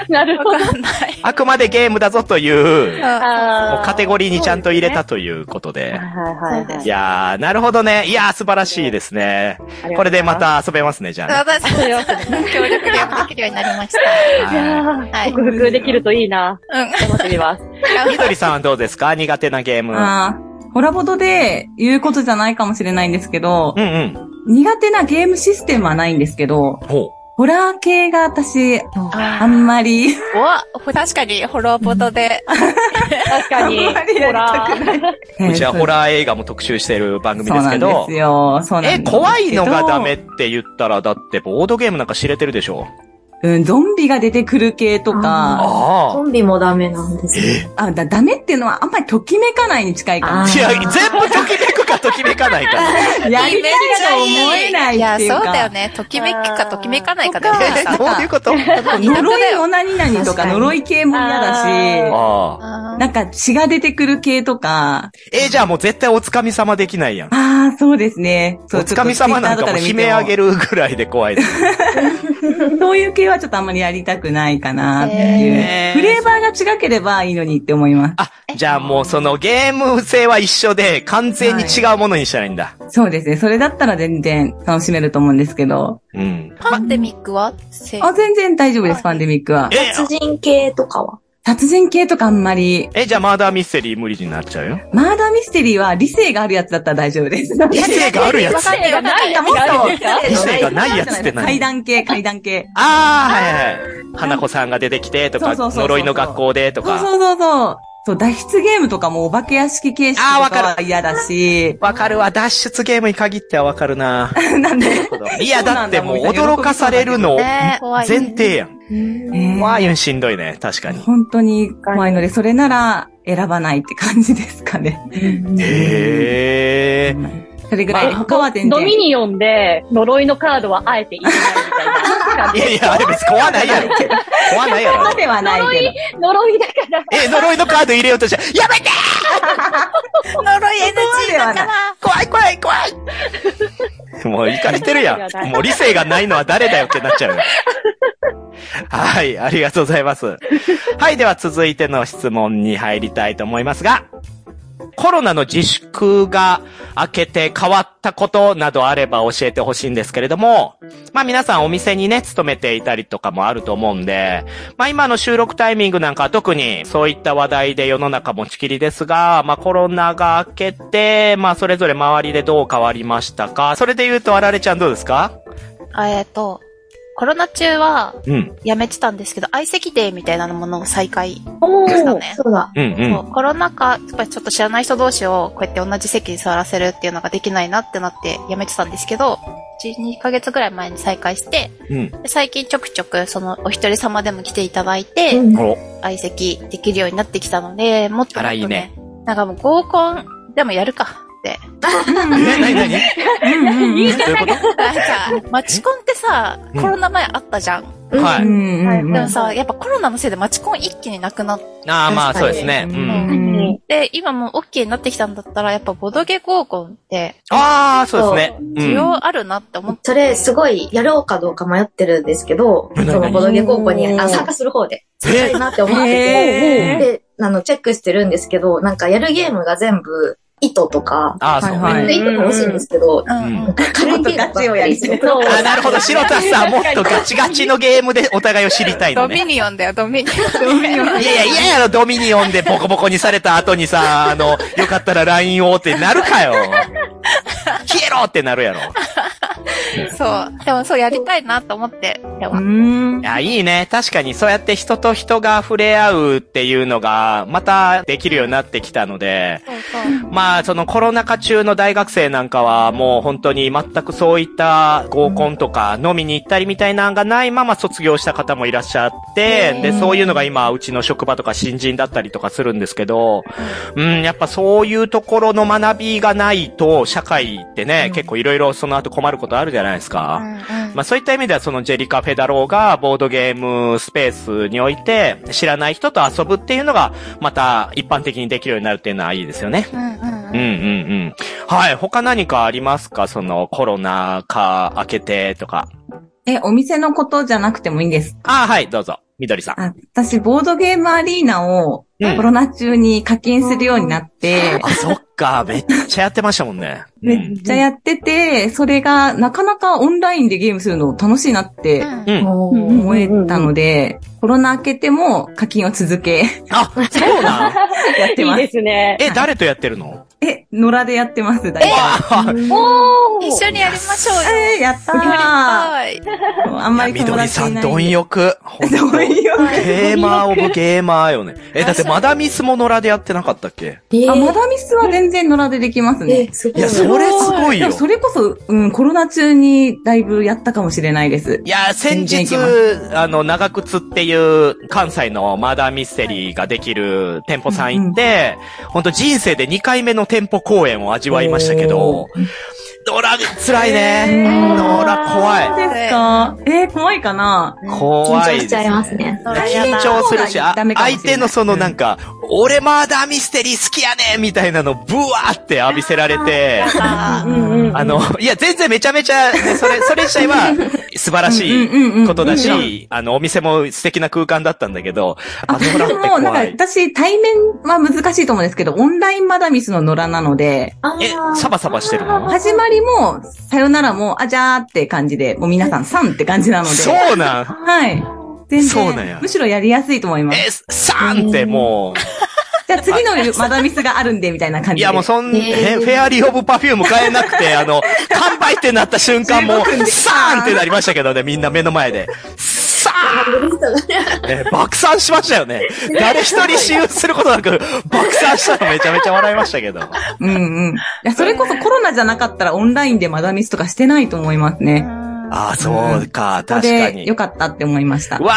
なる [laughs] ほど。わかんない。あくまでゲームだぞという、もうカカテゴリーにちゃんと入れたということで。はいはいはい。いやー、なるほどね。いやー、素晴らしいですね。これでま。た遊べますね、じゃあね。私たちは協力ゲームできるようになりましいやはーはい克服できるといいな。た。うん。楽しみます。いみどりさんはどうですか苦手なゲーム。うあーホラボドで言うことじゃないかもしれないんですけど、んうん。苦手なゲームシステムはないんですけど、ほホラー系が私、ああんまり、うわ、確かに、ホロボトで、確かに。あんまりほやりらたく。う。うちはホララー映画も特集してる番組そうですなけんでどす。よ。そうなえ、んですけど怖いのがダメって言ったら、だってボードゲームなんか知れてるでしょうん、ゾンビが出てくる系とか、あコンビもダメなんですよ。あだダメっていうのはあんまりときめかないに近いかあ。な。いや、全部ときめくかがときめかないから。 [laughs] やりたいと思えないいや、っそうていうか。だよね。ときめくかときめかないかだよね。どういうこと呪いの何々と確かかに呪い系も嫌だし、ああ。なんか血が出てくる系とか、えー、じゃあもう絶対おつかみ様できないやん。ああ、そうですね。そうおつかみ様なんかも悲鳴あげる。るぐらいで怖いです。そういう系はちょっとあんまりやりたくないかなっていへーう。フレーバーが違ければいいのにって思いまあ、じゃあもうそのゲーム性は一緒で完全に違うものにしたらいいんだ。す。そうですね。それだったら全然楽しめると思うんですけど。うん。パンデミックはせあ、全然大丈夫です、パンデミックは。え、殺人系とかは殺人系とかあんまり、え、じゃあマーダーミステリー無理になっちゃうよ。マーダーミステリーは理性があるやつだったら大丈夫です。理性があるやつ。手がないやつもっとがあるんですか理性がないやつって階何段系、階段系。ああ、はいはい。花子さんが出てきてとか、そうそうそうそう呪いの学校でとそうか。そうそうそう。そう、脱出ゲームとかもお化け屋敷形式とあーわかるかは嫌だし、わかるわ。脱出ゲームに限ってはわかるな。 [laughs] なんで、いや、だってもう驚かされるのね怖い。前提やん。ね怖いんしんどいね。確かに。本当に怖いので、それなら選ばないって感じですかね。へえ。それぐらい、他は全ドミ然。ニオンで呪いのカードはあえて入れないみたいな感いじやいや、あれ別に怖ないやろ。怖ないやろ他。ではないけど。呪いだから。え、呪いのカード入れようとしたら、やめて呪い NG だそこまでかはら。怖い怖い怖い [laughs] もう行かれてるやん。もう理性がないのは誰だよってなっちゃうよ。はい、ありがとうございます。はい、では続いての質問に入りたいと思いますが、コロナの自粛が明けて変わったことなどあれば教えてほしいんですけれども、まあ皆さんお店にね、勤めていたりとかもあると思うんで、まあ今の収録タイミングなんかは特にそういった話題で世の中持ちきりですが、まあコロナが明けて、まあそれぞれ周りでどう変わりましたかそれで言うとあられちゃんどうですかあえっと、コロナ中はうん。やめてたんですけど、相席デーみたいなものを再開おしたね。そうだ。うんうそん。うコロナ禍、やっぱりちょっと知らない人同士をこうやって同じ席に座らせるっていうのができないなってなってやめてたんですけど、1、2ヶ月ぐらい前に再開して、うん。で最近ちょくちょくそのお一人様でも来ていただいて、うんお、相席できるようになってきたので、もっともっと、あらいいねなんかもう合コンでもやるかって。え、なになにどうんういうことなん [laughs] か、マチコンってさ、うんコロナ前あったじゃん。は [laughs] うい。んうんうんでもさ、やっぱコロナのせいでマチコン一気になくなって、ああ、まあ確かにそうですね。う。うんん今もう OK になってきたんだったら、やっぱボドゲ合コンってああ、そうです需ね。要あるなって思って。それ、すごい、やろうかどうか迷ってるんですけど、そ何のボドゲ高校に、おーあ、参加する方で、え参加いいなって思ってへーて、で、あの、チェックしてるんですけど、なんかやるゲームが全部、糸とか、ああ、そうはいね。はい糸楽しいんですけど、うんうん。軽いゲームばっかりしてそうあ、なるほど。白田さん、もっとガチガチのゲームでお互いを知りたいドのねミ。ニオンだよ、ドミニオン。 [laughs] いやいや、嫌やろ、ドミニオンでボコボコにされた後にさ、あの、よかったら LINE をってなるかよ。消えろってなるやろ。そう。でもそうやりたいなと思って、でうは。んいや、いいね。確かに、そうやって人と人が触れ合うっていうのが、またできるようになってきたので、そうそう。まあ、そのコロナ禍中の大学生なんかは、もう本当に全くそういった合コンとか飲みに行ったりみたいなのがないまま卒業した方もいらっしゃって、で、そういうのが今、うちの職場とか新人だったりとかするんですけど、うん、やっぱそういうところの学びがないと、社会ってね、結構いろいろその後困ることあるじゃないですか。まあそういった意味ではそのジェリカ・フェダローがボードゲームスペースにおいて知らない人と遊ぶっていうのがまた一般的にできるようになるっていうのはいいですよね。うんうんうんうんうん。はい。他何かありますかそのコロナ禍明けてとか。え、お店のことじゃなくてもいいんですああ、はい、どうぞ。みどりさん。あ私、ボードゲームアリーナをうんコロナ中に課金するようになって、あ、そっか。めっちゃやってましたもんね。うめっん。ちゃやってて、それがなかなかオンラインでゲームするの楽しいなってうん。うん。思えたので、コロナ明けても課金を続けあ、そうなんやっていいま。ですすね。え、誰とやってるのえ、野良でやってます、大体。おー一緒にやりましょうよ。えー、やったーはい。、あんまりみ友どり達さいん、ない貪で。欲。ほんと貪 [laughs] 欲ゲーマーオブゲーマーよね。え、だってマダミスも野良でやってなかったっけて、あ、マダミスは全然野良でできますえね。すごいや、すそれすごいでよも。それこそ、うん、コロナ中にだいぶやったかもしれないですい。や、先全然い日けま、あの、長靴っていう関西のマーダーミステリーができる店舗さん行って、ほんと人生で2回目の店舗公演を味わいましたけど、ドラ、辛いね。えドラ怖い。ーですかえー、怖いかな怖い緊張でしすちゃいますね。緊張するし、あダメかもしれ相ない手のそのなんか、俺マーダーミステリー好きやねんみたいなのブワーって浴びせられて、うんうんうんあの、いや、全然めちゃめちゃ、ね、それ、それ自体は素晴らしいことだうんうんうんし、あの、お店も素敵な空間だったんだけど、あのほらっでても、なん怖い。か、私、対面は難しいと思うんですけど、オンラインマダミスの野良なので、あえ、サバサバしてるの始まりも、さよならも、あじゃーって感じで、もう皆さん、さんって感じなので。そうなんはい。全然そうなんやむしろやりやすいと思います。え、さんってもじゃあ次のマダミスがあるんで、みたいなう、感いじで。やもうそん、えへフェアリーオブパフューム買えなくて、あ [laughs] の、完売ってなった瞬間も15分う、でさんってなりましたけどね、みんな目の前で。さーん、ね、爆散しましたよね。誰一人使用することなく、爆散したのめちゃめちゃ笑いましたけど。うんうん。いや、それこそコロナじゃなかったらオンラインでマダミスとかしてないと思いますね。ああ、そうか、そ確かこでに。良かったって思いました。わ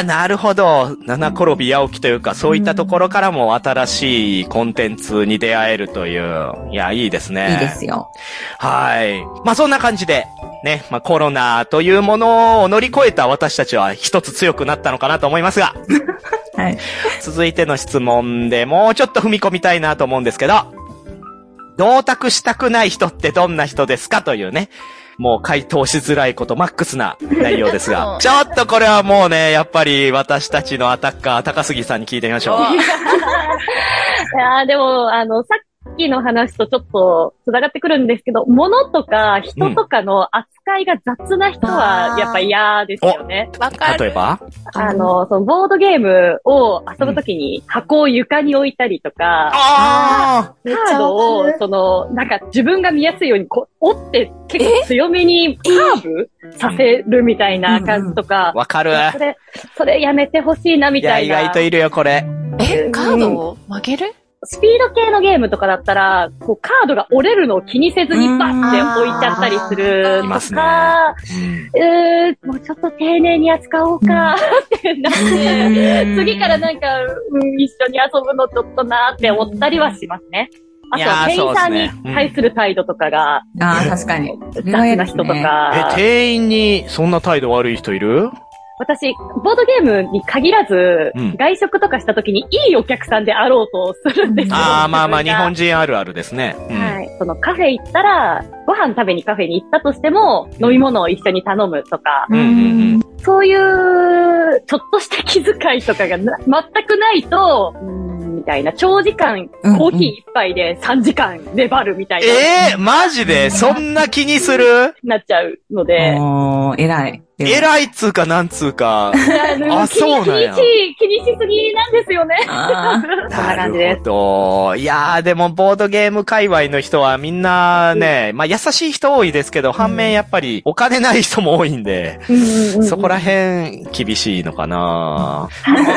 ー、なるほど。七転び八起きというか、そういったところからも新しいコンテンツに出会えるという。いや、いいですね。いいですよ。はい。まあ、そんな感じで、ね、まあ、コロナというものを乗り越えた私たちは一つ強くなったのかなと思います [laughs] が、はい。続いての質問でもうちょっと踏み込みたいなと思うんですけど、同卓したくない人ってどんな人ですかというね、もう回答しづらいことマックスな内容ですが [laughs] ちょっとこれはもうね、やっぱり私たちのアタッカー、高杉さんに聞いてみましょう。いやーでも、あの、さっきの話とちょっと繋がってくるんですけど、物とか人とかの扱いが雑な人はやっぱ嫌ですよね。わか例える。ばあの、そのボードゲームを遊ぶときに箱を床に置いたりとか、あめっちカーゃドわかをる、。その、なんか自分が見やすいようにこう折って結構強めにカーブさせるみたいな感じとかあ、、わかる。それ、それやめてほしいなみいや、たい意な。外といるよ、これ。え、カードを曲げるスピード系のゲームとかだったら、こうカードが折れるのを気にせずにバッて置いちゃったりするいますとねか、うんうーん、もうちょっと丁寧に扱おうか、 [laughs] ってなって、 [laughs] 次からなんか、うん、一緒に遊ぶのちょっとなって思ったりはしますね。あいとやはー店員さんそうですねうにん対する態度とかが、ああ、確かに。雑な人とかえ、、店員にそんな態度悪い人いる私、ボードゲームに限らずうん、外食とかした時にいいお客さんであろうとするんですよ。ああ、まあまあ、自日分が本人あるあるですね。うんはい。そのカフェ行ったら、ご飯食べにカフェに行ったとしても、飲み物を一緒に頼むとか、うんうんそういう、ちょっとした気遣いとかがな全くないと、うーんみたいな、長時間、うんうんコーヒー一杯で3時間粘るみたいな、ええー、マジでそんな気にするなっちゃうので、おー、偉い。偉いっつうかなんつうか。あ気にそうなんや気にし、気にしすぎなんですよね。あー [laughs] そんな感じです。るほど。いやー、でも、ボードゲーム界隈の人はみんなね、まあ、優しい人多いですけど、反面やっぱり、お金ない人も多いんで、そこら辺、厳しいのかな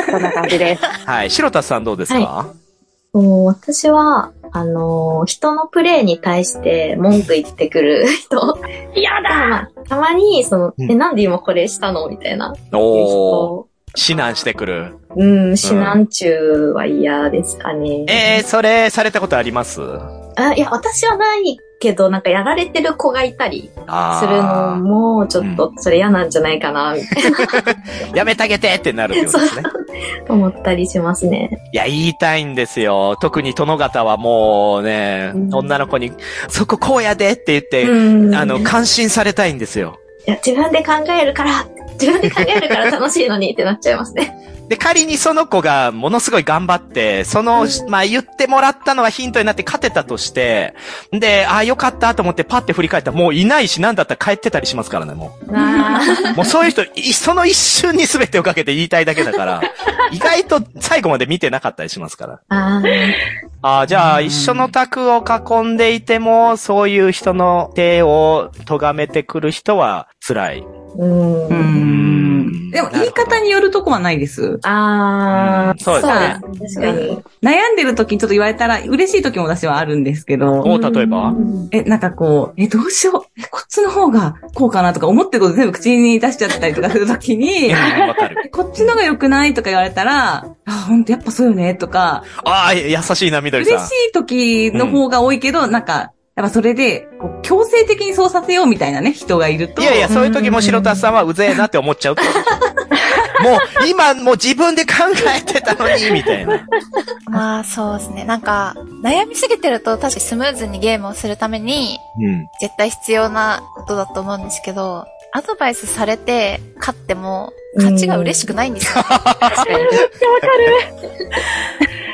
そんな感じです。 [laughs] はい。白田さんどうですか、もう私は、あのー人のプレイに対して文句言ってくる人。嫌だまあ、たまに、その、うんえ、なんで今これしたのみたいな。おー。指南してくる。うん、指南中は嫌ですかね。えー、それ、されたことありますあいや、私はないけど、なんかやられてる子がいたりあするのーも、ちょっとそれ嫌なんじゃないかな、みたいやめてあげてってなるってことですね。な思ったりしますね。 [laughs] いや、言いたいんですよ。特に殿方はもうね、うん女の子に、そここうやでって言って、うん。あの、い感心されたいんですよ。や、自分で考えるから、自分で考えるから楽しいのにってなっちゃいますね。で、仮にその子がものすごい頑張って、その、まあ、言ってもらったのがヒントになって勝てたとして、で、ああ、よかったと思ってパッて振り返ったら、もういないし、なんだったら帰ってたりしますからね、もう。なあもうそういう人、いその一瞬に全てをかけて言いたいだけだから、意外と最後まで見てなかったりしますから。あーああ、じゃあ、うん一緒の卓を囲んでいても、そういう人の手を咎めてくる人は辛い。うんう。ん。うん。でも、言い方によるとこはないです。あー、そうですね。確かに。悩んでる時にちょっと言われたら、嬉しい時も私はあるんですけど、お、例えばえ、なんかこう、え、どうしよう、え、こっちの方がこうかなとか思ってること全部口に出しちゃったりとかする時うに、んわかる。えこっちのが良くないとか言われたら、あ、ほんとやっぱそうよね、とか、ああ、優しいな、みどりさん。嬉しい時の方が多いけど、なんか、やっぱそれで、こう強制的にそうさせようみたいなね、人がいると。いやいや、そういう時も白田さんはうぜえなって思っちゃうってこと [laughs] もう、今、もう自分で考えてたのに、みたいな。まあそうですね。なんか、悩みすぎてると確かにスムーズにゲームをするためにうん。絶対必要なことだと思うんですけど、アドバイスされて勝っても勝ちが嬉しくないんですよ。確かに。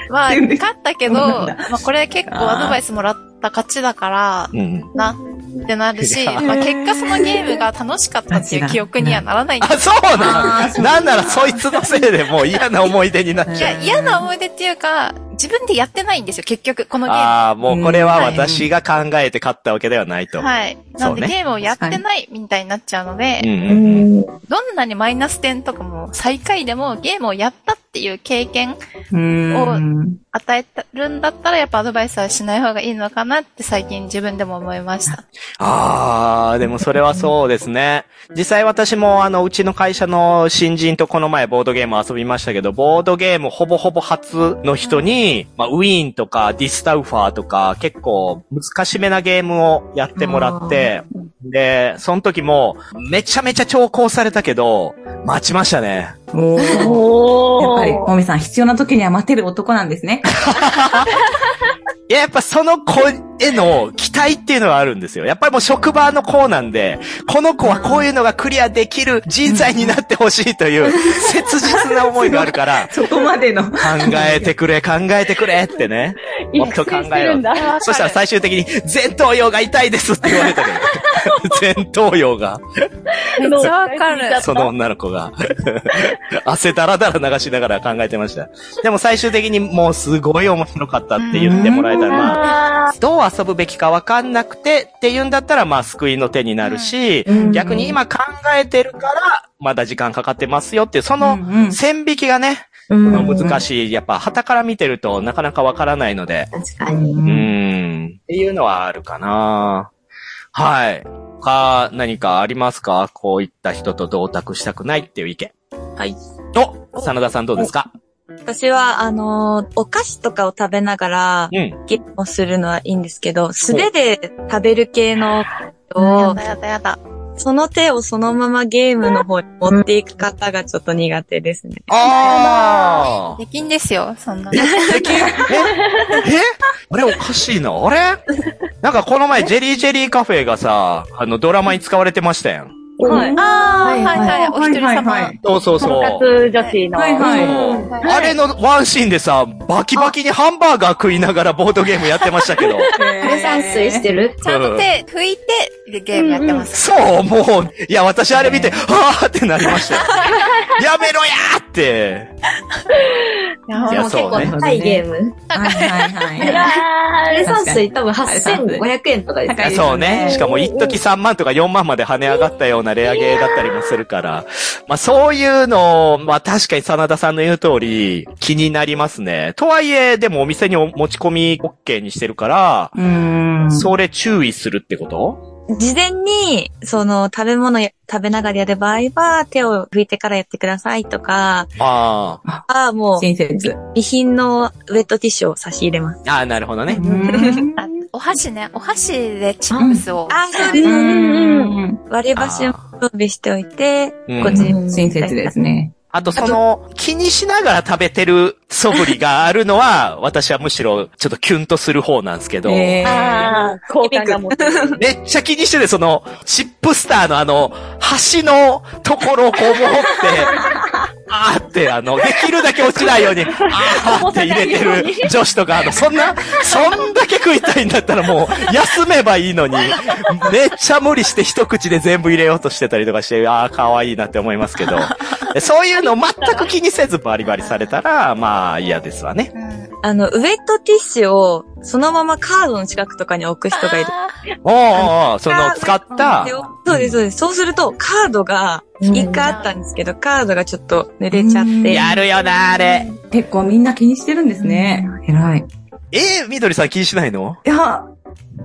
まあ、全然勝ったけど、そうまなんだあこれ結構アドバイスもらった勝ちだから、うん。なってなるし、いやまあ結果そのゲームが楽しかったっていう記憶にはならないんであ、すそうあなーんなんならそいつのせいでもう嫌な思い出になっいちゃう。や、嫌な思い出っていうか、自分でやってないんですよ、結局、このゲーム。ああ、もうこれは私が考えて勝ったわけではないと。はい。なんで、そうねゲームをやってないみたいになっちゃうので、うんううんうん。ん。どんなにマイナス点とかも最下位でもゲームをやったっていう経験うーん。与えたるんだったらやっぱアドバイスはしない方がいいのかなって最近自分でも思いました。ああ、でもそれはそうですね。実際私もあの、うちの会社の新人とこの前ボードゲーム遊びましたけど、ボードゲームほぼほぼ初の人に、まあ、ウィーンとかディスタウファーとか結構難しめなゲームをやってもらって、で、その時もめちゃめちゃ調校されたけど、待ちましたね。おーやっおぱり、ー。もみさん、必要な時には待てる男なんですね。いや、やっぱその子への期待っていうのはあるんですよ。やっぱりもう職場の子なんで、この子はこういうのがクリアできる人材になってほしいという切実な思いがある [laughs] から、そこまでの。考えてくれ、考えてくれってね。もっと育考成してえるろん。だ。そしたら最終的に、前頭葉が痛いですって言われたけど。 [laughs] 前頭葉が、めっちゃわかる [laughs] その女の子が、汗だらだら流しながら考えてました。でも最終的にもうすごい面白かったって言ってもらえたら、まあ、どう遊ぶべきかわかんなくてっていうんだったら、まあ、救いの手になるし、うん逆に今考えてるから、まだ時間かかってますよっていう、そのうんうん線引きがね、うんまあ難しい。やっぱ、旗から見てるとなかなかわからないので、確かに。うーん、っていうのはあるかな。はい。他、何かありますかこういった人と同卓したくないっていう意見。はい。と、真田さんどうですか私は、あのーお菓子とかを食べながら、うん。ゲームをするのはいいんですけど、素手で食べる系のやをだ、やだやだ。その手をそのままゲームの方に持っていく方がちょっと苦手ですね。ああできんですよ、そんなの。素敵ええあれおかしいな。あれなんかこの前、ジェリージェリーカフェがさ、あの、ドラマに使われてましたやん。はい。あはいはいはい、お一人はいはい様。ははいいそうそうそう。婚活女子の。はいはいそうあれのワンシーンでさ、バキバキにハンバーガー食いながらボードゲームやってましたけど。あれ山水してるちゃんと手拭いて、でゲームやってます。そう、もう、いや、私あれ見て、はぁーってなりましたよ。やめろやーって。いいやでやも結そうね構高いゲーム。はいはいはい。あれ山水多分確かに8500円とかです高いですそうね。ねしかも、一時3万とか4万まで跳ね上がったようなレアゲーだったりもするから。まあ、そういうのを、まあ、確かに真田さんの言う通り、気になりますね。とはいえ、でもお店にお持ち込み OK にしてるから、うーん。それ注意するってこと事前に、その食べ物や食べながらやる場合は、手を拭いてからやってくださいとか、ああ。あもう、親切。備品のウェットティッシュを差し入れます。ああ、なるほどね。うんあお箸ね、お箸でチップスを。あ、そううです。ん。割り箸も準備しておいて、うんこっちに。親切ですね。あと、その、気にしながら食べてる素振りがあるのは、 [laughs] 私はむしろ、ちょっとキュンとする方なんですけど。えーああ、好感が持ってる。めっちゃ気にしてて、その、チップスターのあの、端のところをこう持って、あーって、あの、できるだけ落ちないように、あーって入れてる女子とか、あの、そんな、そんだけ食いたいんだったらもう、休めばいいのに、めっちゃ無理して一口で全部入れようとしてたりとかして、あー可愛いなって思いますけど、そういうの全く気にせずバリバリされたら、まあ、嫌ですわね。うんあの、ウェットティッシュをそのままカードの近くとかに置く人がいる。おうおうおうその使ったで、そうです、そうです。そうすると、カードが、一回あったんですけど、カードがちょっと濡れちゃっうんて。やるよな、あれ。結構みんな気にしてるんですね。偉い。えー、みどりさん気にしないのいや、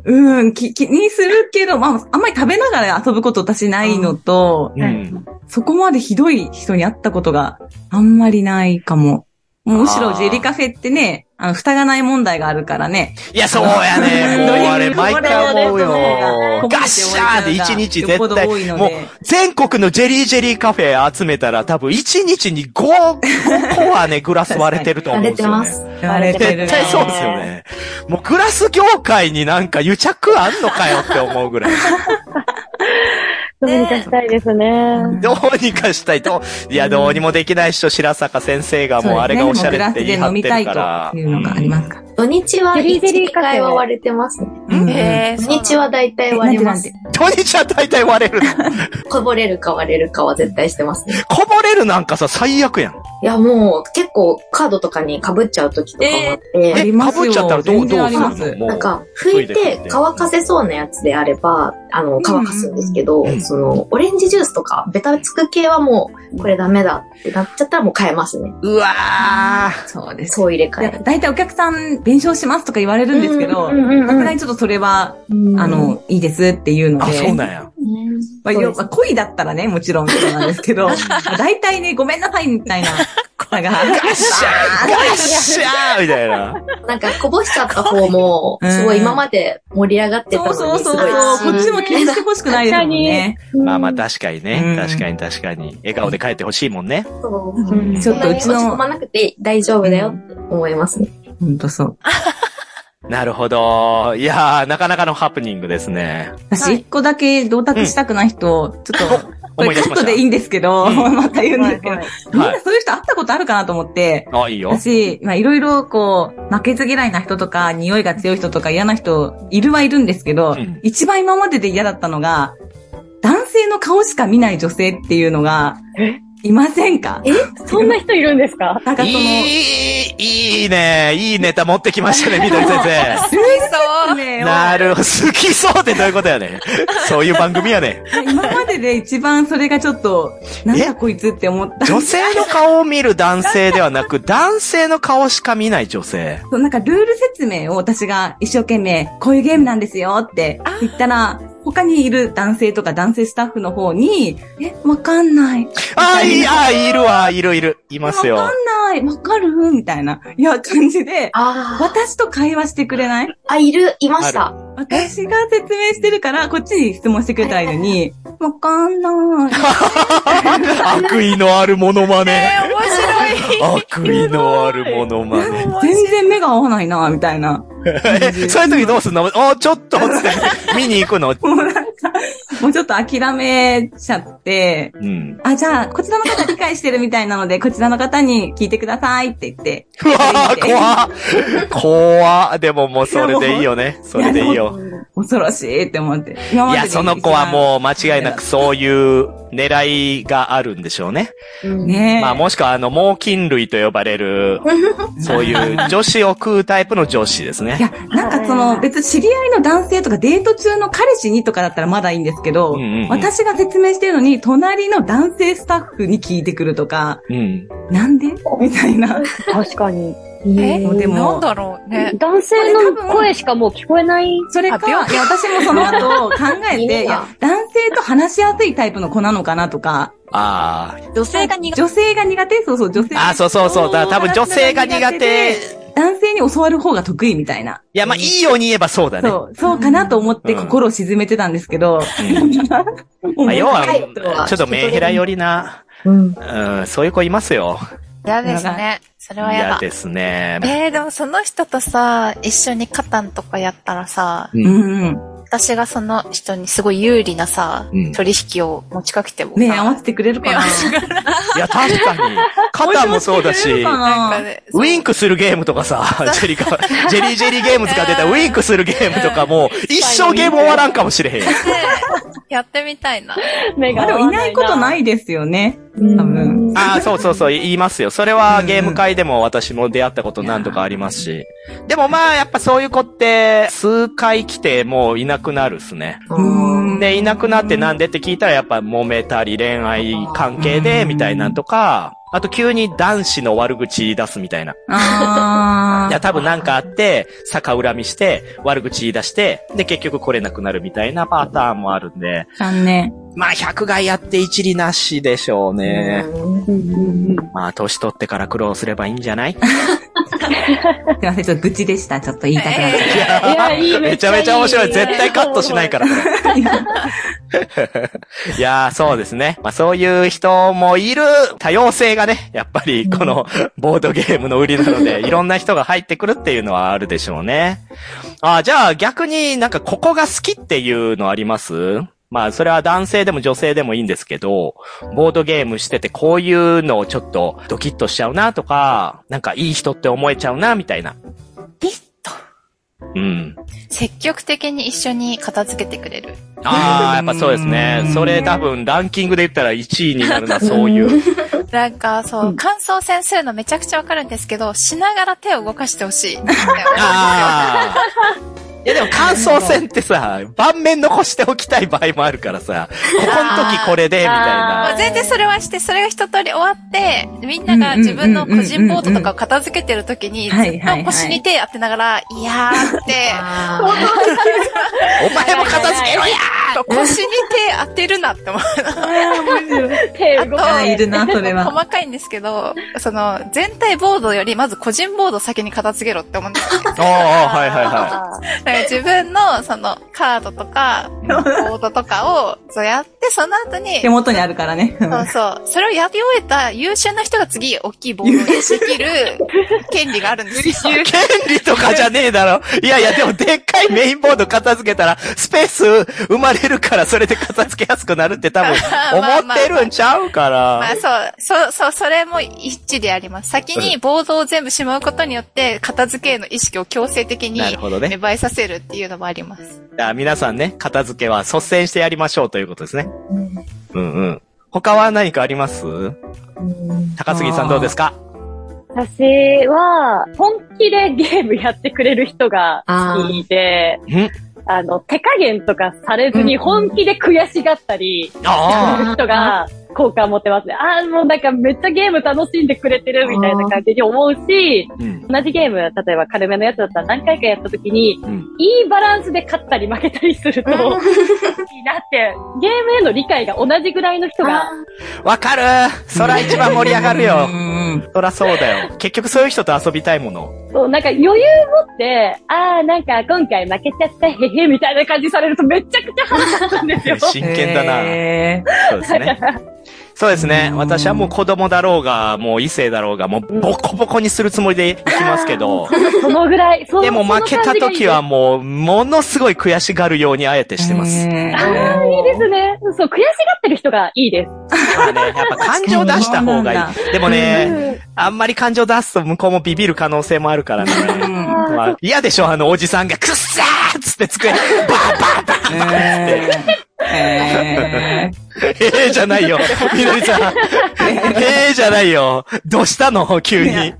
うん、き気にするけど、まあ、あんまり食べながら遊ぶこと私ないのと、うん。そこまでひどい人に会ったことがあんまりないかも。もうむしろジェリカフェってね、あの、蓋がない問題があるからね。いや、そうや [laughs] ね。もうあれ、ドリ毎ンク回思うよこれをね。ガッシャーで一日よっぽ絶対ど多い、のもうで、全国のジェリージェリーカフェ集めたら多分一日に5、5個はね、グラス割れてると思うん出ですてよまね。す。言われてるね絶対そうですよね。もうグラス業界になんか癒着あんのかよって思うぐ [laughs] らい。どうにかしたいですね。どうにかしたいと。いや、どうにもできないっしょ、白坂先生がそうですねもうあれがおしゃれって言い張ってるから。でもグラスで飲みたいというのがありますから。土日はゼリー一ゼリー二カフェ回は割れてますね。うんへえ、土日は大体割れます。土日は大体割れるの。こぼれるか割れるかは絶対してますね。こぼれるなんかさ、最悪やん。いや、もう結構カードとかに被っちゃう時とかもあって、あえ、りますかぶよっちゃったらどう、全ど然うあすりるますのもうなんか、拭いて乾かせそうなやつであれば、あの、乾かすんですけど、うんその、オレンジジュースとか、ベタつく系はもう、これダメだってなっちゃったらもう変えますね。うわそうです。そう入れ替え。だいたいお客さん、弁償しますとか言われるんですけど、うんうんさうんすがにちょっとそれは、うんあ、の、いいですっていうのー。あ、で。そうなんや。まあ、そう要ですは恋だったらね、もちろんそうなんですけど、まあ大体ね、ごめんなさいみたいな方ガが、ッシャーガッシャーみたいな。なんか、こぼしちゃった方も、うんすごい今まで盛り上がってたそのうに、そうそうすごいそう、こっちも気にしてほしくないですもんね。まあまあ確かにうね。ん確かに確かに。笑顔で帰ってほしいもんね。そううんちょっとうちそんなに落ち込の、まなくて大丈夫だよって思いますね。ほんとそう。なるほど。いやー、なかなかのハプニングですね。私、一個だけ同卓したくない人、ちょっと、こ思いれ出しカッましトでいいんですけど、うんまた言うんですけど、みんはいなそういう人会ったことあるかなと思って、た。あ、いいよ。私、まあいろいろこう、負けず嫌いな人とか、匂いが強い人とか嫌な人、いるはいるんですけど、うん一番今までで嫌だったのが、男性の顔しか見ない女性っていうのが、いませんかそんな人いるんですかなんかその、いい、いいね。いいネタ持ってきました [laughs] ね、みどり先生。そう。ねなるほど。好きそうってどういうことやね。そういう番組やね。今までで一番それがちょっと、なんだこいつって思った。女性の顔を見る男性ではなく、男性の顔しか見ない女性。そうなんかルール説明を私が一生懸命、こういうゲームなんですよって言ったら、他にいる男性とか男性スタッフの方に、え、わかんない。あ、いい、あ、いるわ、いるいる。いまわすかよ。んない。わかるみたいな、いや、感じで、あ私と会話してくれないあ、あ、いる、いました。私が説明してるから、こっちに質問してくれたらいいのに、わかんない。悪意のあるモノマネ。面白い。悪意のあるモノマネ。全然目が合わないな、みたいな。えそういう時どうすんのおちょっとっつって見に行くのもうなんか、もうちょっと諦めちゃって、うん。あ、じゃあ、こちらの方理解してるみたいなので、こちらの方に聞いてくださいって言って。うわー怖っ怖っでももうそれでいいよね。それでいいよ。恐ろしいって思って。今いまででや、その子はもう間違いなくそういう狙いがあるんでしょうね。う。ねえ。まあもしくはあの、猛禽類と呼ばれ [laughs] る、そういう女子を食うタイプの女子ですいね。や、なんかその、別に知り合いの男性とかデート中の彼氏にとかだったらまだいいんですけど、うんうんうん私が説明してるのに、隣の男性スタッフに聞いてくるとか、うん。なんでみたい [laughs] な。確かに。え、でもなんだろうね。男性の声しかもう聞こえない。それか、いあや、病私もその後考 [laughs] え耳がて、いや、男性と話しやすいタイプの子なのかなとか、あ女性が苦手。女性が苦手そうそう、女性あ。ああ、そうそうそう。だから多分女性が苦手。い男性に教わる方が得意みたいな。や、まあいいように言えばそうだね。そう、そうかなと思って心を沈めてたんですけど、まあ要は、若い人はちょっとメンヘラ寄りな、うん。うん、そういう子いますよ。嫌ですね。それは嫌嫌だ。ですね。えー、でもその人とさ、一緒にカタンとかやったらさ、ううんんうん。私がその人にすごい有利なさ、うん取引を持ちかけてもさ、目合わせてくれるかなはいや、確かに。肩もそうだし、ウななんかんかねィンクするゲームとかさ、ジェリカ、ジェリージェリーゲームズが出たウィンクするゲームとかも、一生ゲーム終わらんかもしれへん。やってみたいな。目まあが。でもいないことないいですよね。うん多分。ああ、そうそうそう、言いますよ。それはゲーム会でも私も出会ったこと何度かありますし。でもまあ、やっぱそういう子って、数回来てもういなくなるっすね。うんで、いなくなってなんでって聞いたら、やっぱ揉めたり、恋愛関係で、みたいなんとか、あと急に男子の悪口言い出すみたいな。あい [laughs] や、多分なんかあって、逆恨みして、悪口言い出して、で、結局来れなくなるみたいなパターンもあるんで。あ、残念。まあ、100害やって一理なしでしょうね。まあ、年取ってから苦労すればいいんじゃないすいません、ちょっと愚痴でした。ちょっと言いたくなっ [laughs] ちゃっいいやいいめちゃめちゃ面白い。めっちゃいい絶対カットしない [laughs] から。これた。いやいやー、そうですね。まあ、そういう人もいる多様性がね、やっぱりこのボードゲームの売りなの [laughs] で、いろんな人が入ってくるっていうのはあるでしょうね。あーじゃあ逆になんかここが好きっていうのありますまあ、それは男性でも女性でもいいんですけど、ボードゲームしててこういうのをちょっとドキッとしちゃうなとか、なんかいい人って思えちゃうなみたいな。ピッと。うん。積極的に一緒に片付けてくれる。ああ、やっぱそうですね。それ多分ランキングで言ったら1位になるな、そういう。なんか、そう、感想戦するのめちゃくちゃわかるんですけど、しながら手を動かしてほしい。 [laughs] ああ。いやでも感想戦ってさ、盤面残しておきたい場合もあるからさ、ここの時これで、みたいまあな。全然それはして、それが一通り終わって、みんなが自分の個人ボードとかを片付けてるときに、うんうんうんずっと腰に手当てながら、いやーって、お前も片付けろや腰に手当てるなって思う。手動あかー、いるな、それは。細かいんですけど、その、全体ボードよりまず個人ボード先に片付けろって思うんですよ。おーおーはいはいはだから自分の、その、カードとか、ボードとかを、そうやって、その後に手、元にあるからね。そうそう。それをやり終えた優秀な人が次、大きいボードにできる権利があるんですよ。い。権利とかじゃねえだろ。いやいや、でもでっかいメインボード片付けたら、スペース生まれるから、それで片付けやすくなるって多 [laughs] 分、思ってるんちゃうかまらあ。そう、そう、そう、それも一理あります。先にボードを全部しまうことによって、片付けへの意識を強制的になるほどね芽生えさせるっていうのもあります。あ皆さんね、片付けは率先してやりましょうということですね。うんうん。他は何かあります高杉さんどうですか私は、本気でゲームやってくれる人が好きであーん、あの、手加減とかされずに本気で悔しがったり、すある人が好感持ってますね。ああ、もうなんかめっちゃゲーム楽しんでくれてるみたいな感じに思うし、あ。うん。同じゲーム、例えば軽めのやつだったら何回かやった時に、うん。いいバランスで勝ったり負けたりす [laughs] ると、いいなって、ゲームへの理解が同じぐらいの人が、わかるそら一番盛り上がるうよ。んそらそうだよ。結局そういう人と遊びたいもの。。そう、なんか余裕持って、ああ、なんか今回負けちゃった、へへ、みたいな感じされるとめちゃくちゃ腹立つんですよ [laughs] 真剣だな。へそうですね。そうですね。私はもう子供だろうが、もう異性だろうが、もうボコボコにするつもりでいきますけど、そのぐらい、そでも負けた時はもう、もものすごい悔しがるようにあえてーしてます。へーういいですね。そう、悔しがってる人がいいです。まあね、やっぱ感情出した方がいい。でもね、あんまり感情出すと向こうもビビる可能性もあるからね。 [laughs] うんまあ、嫌でしょあのおじさんが、くっさーっつって机、バーバーバーへーへええじゃないよ。みのりさん。ええじゃないよ。どうしたの急いにや。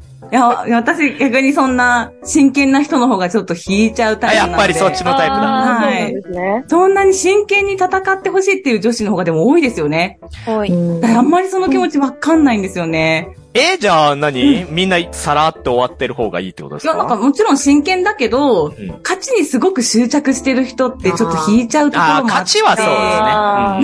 ーいや、私逆にそんな真剣な人の方がちょっと引いちゃうタあ、イプやなので。っぱりそっちのタイプだ。あーはいそうなんですね。そんなに真剣に戦ってほしいっていう女子の方がでも多いですよね。だからあんまりその気持ちわかんないんですよね。ええじゃあ何、みんなさらっと終わってる方がいいってことでいすや、かなんかもちろん真剣だけど、ん勝ちにすごく執着してる人ってちょっと引いちゃうところもああっあ、て。勝ちはそうで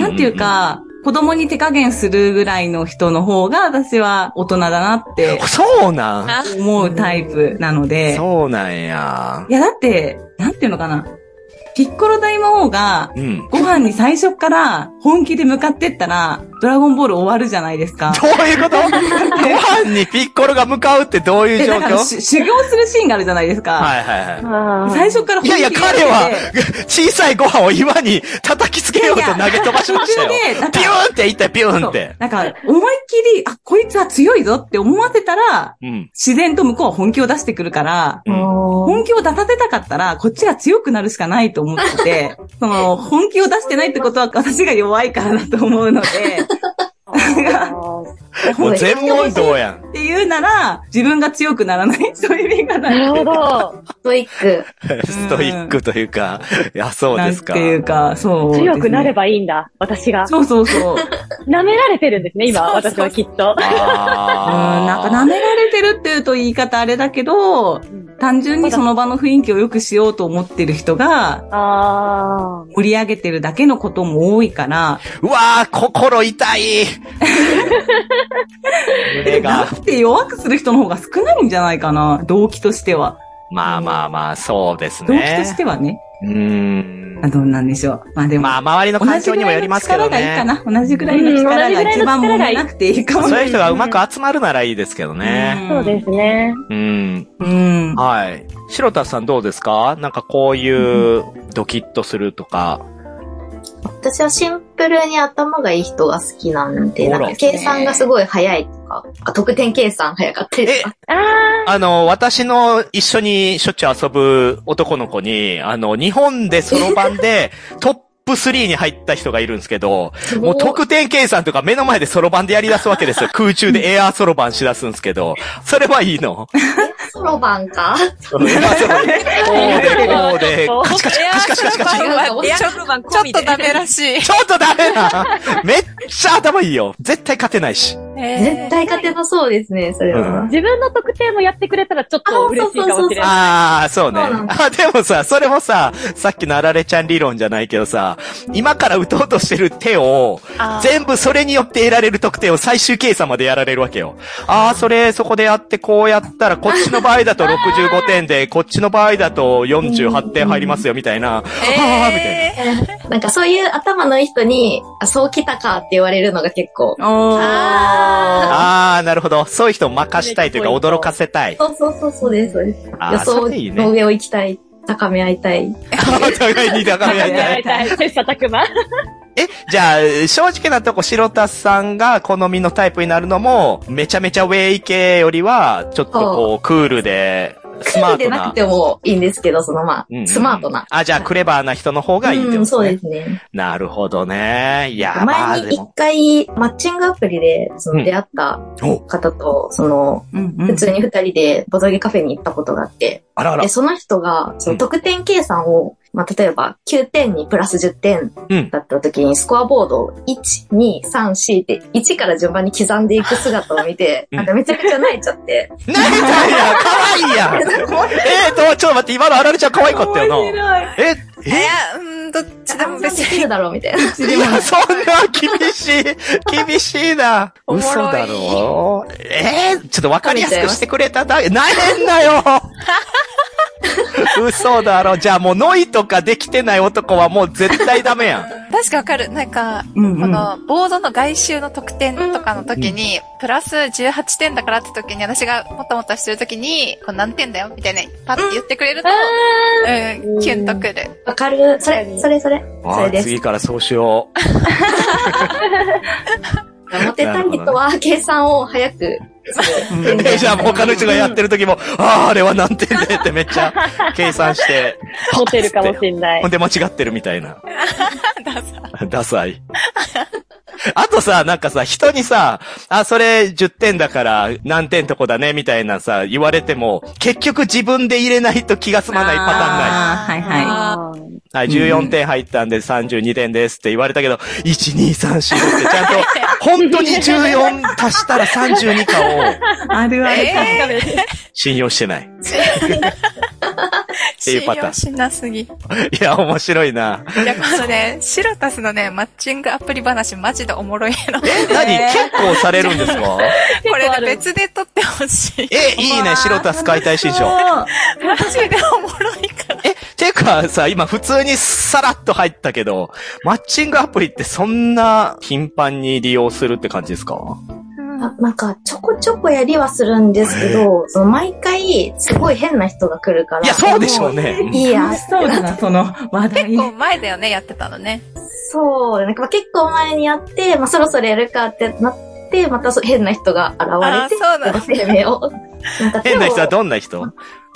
すね。なんていう、か、子供に手加減するぐらいの人の方が私は大人だなってそうなん。思うタイプなので。そうなんや。いや、だって、なんていうのかな。ピッコロ大魔王がうん。ご飯に最初から本気で向かってったら、ドラゴンボール終わるじゃないですか。どういうことご飯にピッコロが向かうってどういうえ、状だから況し修行するシーンがあるじゃないですか。はいはいはあー最初からい。いやいや、彼は、小さいご飯を岩に叩きつけようと投げ飛ばしましたよいやいや途中でなん。かピューンっていったよ、ピューンそっうて。なんか、思いっきり、あ、こいつは強いぞって思わせたら、うん。自然と向こうは本気を出してくるから、うん本気を出させたかったら、こっちが強くなるしかないと思っ [laughs] てて、その、本気を出してないってことは私が弱いからだと思うので、もう全問答やん。っていうなら、自分が強くならない。そういう意味がな。ないるほど。ストイック。ストイックというか、いや、そうなでんすかて。いうか、そう、強くなれば。ばいいんだ、私が。そうそ [laughs] うそう。舐められてるんですね、今、そうそう私はきっうん、なと。んかあ舐められてるっていうと言い方あれだけど、単純にその場の雰囲気を良くしようと思ってる人が、ああ。盛り上げてるだけのことも多いから、ーうわー、心 [laughs] 痛い。胸が。で、弱くする人の方が少ないんじゃないかな、動機としては。まあまあまあ、そうです動機としね。てはね。うーんあ。どうなんでしょう。まあでも、まあ、周りの同環じ境ぐにもよらりいまのすけど力がいいかね。な。同じぐらいの力が一番揉めなくていいかも。そういう人がうまく集まるならいいですけどね。そうですね。うん。うん。はい。白田さんどうですかなんかこういうドキッとするとか。私はシンプルに頭がいい人が好きなんで、ほならんか計算がすごい早いとか、あ得点計算早かったりとか。ああの、私の一緒にしょっちゅう遊ぶ男の子に、あの、日本でそろばんでトップ3に入った人がいるんですけど、もう得点計算とか目の前でそろばんでやり出すわけですよ。空中でエアーそろばんしだすんですけど、それはいいの。そろばんかエアーそろばん。こうで、こうで、カチカチ、カチカチカチカチ。エア黒板ちょ込っみとで。ダメらしい。ちょっとダメなめっちゃ頭いいよ絶対勝てないし。絶対勝てなそうですね、それうんは。自分の特典もやってくれたらちょっと嬉しいかもしれない。ああ、そうね。そうなんあ、でもさ、それもさ、さっきのあられちゃん理論じゃないけどさ、今から打とうとしてる手を、全部それによって得られる得点を最終計算までやられるわけよ。ああ、それ、そこでやってこうやったら、こっちの場合 [laughs] だと65点で、こっちの場合だと48点入りますよ、みたいな。ああ、みたいな。えなんかそういう頭のいい人に、あ、そう来たかって言われるのが結構。おー。ああ、なるほど。そういう人を任したいというか、ポイント驚かせたい。そうそうそう、そうです、そうです。あ予あ、そ想れいいのね。上を行きたい。高め合いたい。 [laughs] お互いに高め合いたい。やりたい。切磋琢磨。え、じゃあ、正直なとこ、白田さんが好みのタイプになるのも、めちゃめちゃウェイ系よりは、ちょっとこう、クールで、スマーでトななく。てもいいんですけど、そのまうんうあ、んスマートな。あ、じゃあ、クレバーな人の方がいいってうこん、とそうでですね。すね。なるほどね。いや、まあ前にで一も。回、マッチングアプリで、そうんの出会ったお方と、その、うんうん普通に二人でボドゲカフェに行ったことがあって、あらあらで、。その人が、そうのん得点計算を、まあ、例えば9点にプラス10点うんだった時に、スコアボードを1、2、3、4って、1から順番に刻んでいく姿を見て、うんなんかめちゃくちゃ泣いちゃって、なえたんや可愛いや [laughs] んえーと、ちょっと待って、今のあられちゃん可愛かったよな。白い。ー、いえ、や、うん、どっちでも別できに。るだろうみたいな。いや、そんな厳しい、厳しいな。おも嘘ろいだろえー、ちょっとわかりやすくしてくれただけ、なえんなよ [laughs] 嘘だろじゃあもうノイとかできてない男はもう絶対ダメやん。確かわかる。なんか、うんうんこの、ボードの外周の得点とかの時に、プラス18点だからって時に、私がもたもたしてる時に、こう何点だよみたいな、パッて言ってくれると、うん、キュンとくる。わかるそれ、それそれ。そあれーです。次からそうしよう。モテたい人は計算を早くする。うんえじゃあもう他の人がやってる時も、ああ、あれは何点でってめっちゃ計算して、持てるかもしんないほん。で間違ってるみたいな。ダサ [laughs] ダサい。あとさ、なんかさ、人にさ、あ、それ10点だから何点とこだね、みたいなさ、言われても、結局自分で入れないと気が済まないパターンない。あーはいはあはい、14点入ったんで32点ですって言われたけど、1、2、3、4ってちゃ [laughs] んと、本当に14足したら32かをい。あるある。え信用してない。て信いうパターン用しなすぎ。いいや、面白いな。や、このね、シロタスのね、マッチングアプリ話、マジでおもろいの。こえ、何結構されるんですかれね、別で撮ってほしい。え、いいね、白田スカイ大新書。そうマジでおもろいから。 [laughs] え、ていうか、かさ、今普通にさらっと入ったけど、マッチングアプリってそんな頻繁に利用するって感じですかあなんか、ちょこちょこやりはするんですけど、その毎回、すごい変な人が来るから。いや、そうでしょうね。いいや楽し、そうだな、その話題。結構前だよね、やってたのね。そう、なんかまあ結構前にやって、まあそろそろやるかってなって、またそう変な人がああ、現れて、そうなの。生命を。なんか変な人はでどもんな人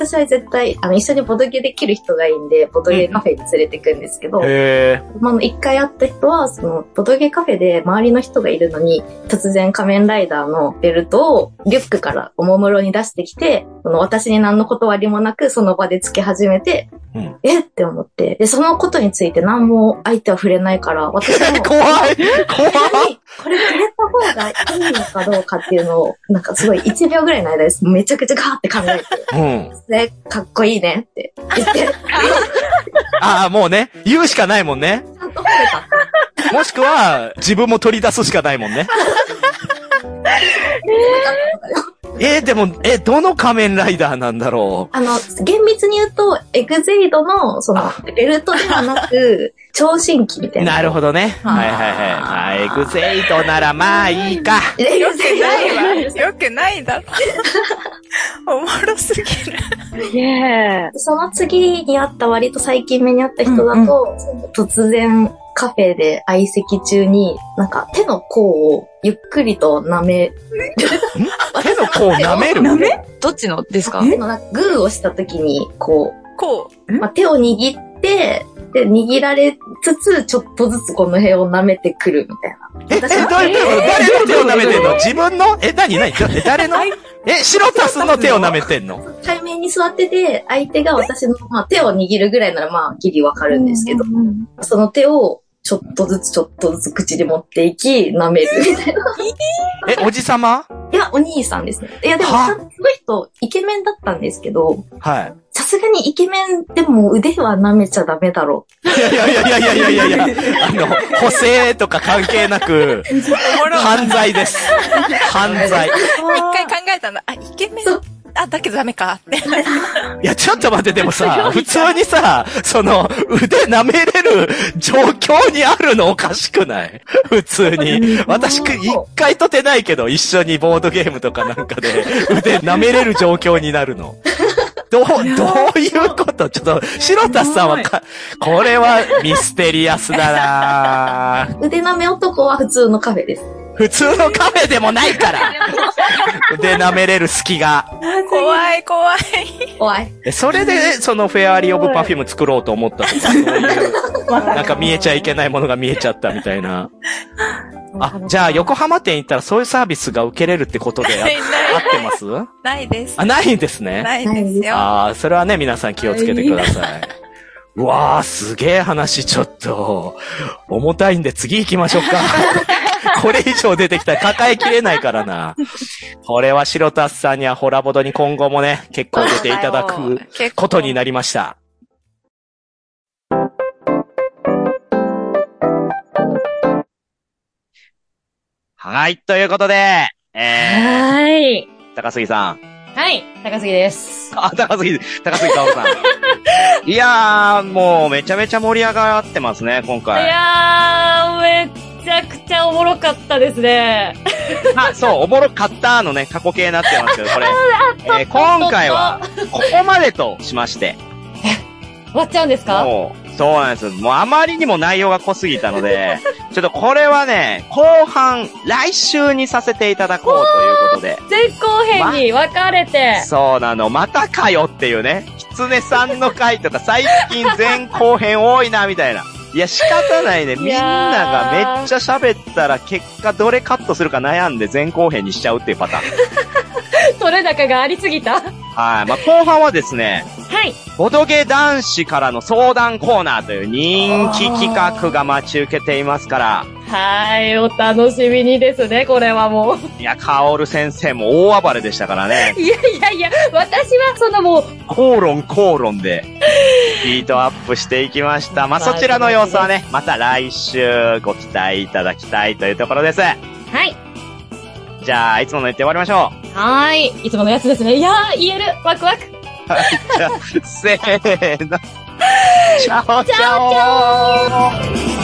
私は絶対、あの、一緒にボドゲできる人がいいんで、ボドゲカフェに連れてくんですけど、へまああの、一回会った人は、その、ボドゲカフェで周りの人がいるのに、突然仮面ライダーのベルトをリュックからおもむろに出してきて、その私に何の断りもなくその場でつけ始めて、うんえって思って、で、そのことについて何も相手は触れないから、私え。も [laughs] 怖い怖いこれ触れた方がいいのかどうかっていうのを、なんかすごい1秒ぐらいの間です。めちゃくちゃガーって考えて、 [laughs] うん。で、かっこいいねって言って、ああ、もうね、言うしかないもんね。ちゃんと褒めた。もしくは、自分も取り出すしかないもんね。えー、でも、え、どの仮面ライダーなんだろあの、厳密に言うと、エグゼイドの、その、ベルトでは [laughs] なく、聴診器みたう。いな。なるほどね。はいはいはい。あーエグゼイドならまあいいか。でエよグくゼイドないわ。よくないだろ。おもろすぎる。すげえ。 [laughs] その次に会った割と最近目に会った人だと、突然カフェで相席中に、なんか手の甲をゆっくりと舐め、手の甲舐めるダメどっちのですかえ手のなんかグーをした時に、ここう。う、まあ、手を握って、で、握られつつ、ちょっとずつこの辺を舐めてくるみたいな。え、え、どういうこと誰の手を舐めてんの自分のえ、何何ちょえ誰のはいえ、シロタスの手を舐めてんの対面に座ってて、相手が私の、まあ、手を握るぐらいなら、まあ、ギリわかるんですけど、その手を、ちょっとずつちょっとずつ口に持っていき、舐めるみたいな。え、おじさま [laughs] いや、お兄さんですね。いや、でも、はその人、イケメンだったんですけど、はさすがにイケメンでも腕は舐めちゃダメだろい。いやいやいやいやいやいやいやあの、補正とか関係な [laughs] く、犯罪 [laughs] です。犯罪。一回考えたの。あ、イケメンそう。あ、だけどダメかって。いや、ちょっと待って、でもさ、普通にさ、その、腕舐めれる状況にあるのおかしくない普通に。私、く一回とてないけど、一緒にボードゲームとかなんかで、腕舐めれる状況になるの。どう、どういうことちょっと、白田さんはか、これはミステリアスだなぁう。腕舐め男は普通のカフェです。普通のカフェでもないから腕舐めれる隙が。怖い怖い。怖い。えそれで、そのフェアリー・オブ・パフューム作ろうと思ったとか、 [laughs] そういう。またなんか見えちゃいけないものが見えちゃったみたいな。あ、じゃあ横浜店行ったらそういうサービスが受けれるってことであ合ってますないです。あ、ないんですね。ないですよ。あーそれはね、皆さん気をつけてください。うわー、すげえ話ちょっと、重たいんで次行きましょう [laughs] か。これ以上出てきたら抱えきれないからな。これは白田さんにはホラボドに今後もね、結構出ていただく結構ことになりました。はい、ということで、えはーい。ー、高杉さん。はい、高杉です。あ、高杉、高杉かおさ [laughs] ん。いやー、もうめちゃめちゃ盛り上がってますね、今い回。やー、めちゃくちゃおもろかったですね。あ、そう、おもろかったのね、過去形になってますけ [laughs] ど、これ。えー今回は、ここまでとしまして。終わっちゃうんですかもう、そうなんです。もうあまりにも内容が濃すぎたの [laughs] で、ちょっとこれはね、後半、来週にさせていただこうということで。前後編に分かれて。そうなの、またかよっていうね。狐さんの回とか最近前後編多いな、みたいな。いや、仕方ないね。みんながめっちゃ喋ったら結果どれカットするか悩んで前後編にしちゃうっていうパターン。取れ高がありすぎた。ははい。まあ、後半はですね、い。ボドゲ男子からの相談コーナーという人気企画が待ち受けていますから、はーい、お楽しみにですね、これはもう。いや、カオル先生も大暴れでしたから [laughs] ね。いやいやいや、私はそのもう、口論口論で、ヒートアップしていきました。まあ、そちらの様子はね、また来週ご期待いただきたいというところです。はい。じゃあ、いつもの言って終わりましょはーい、いつも [laughs] のやつですね。いやー、言える、ワクワク。う。せーの。チャオチャオ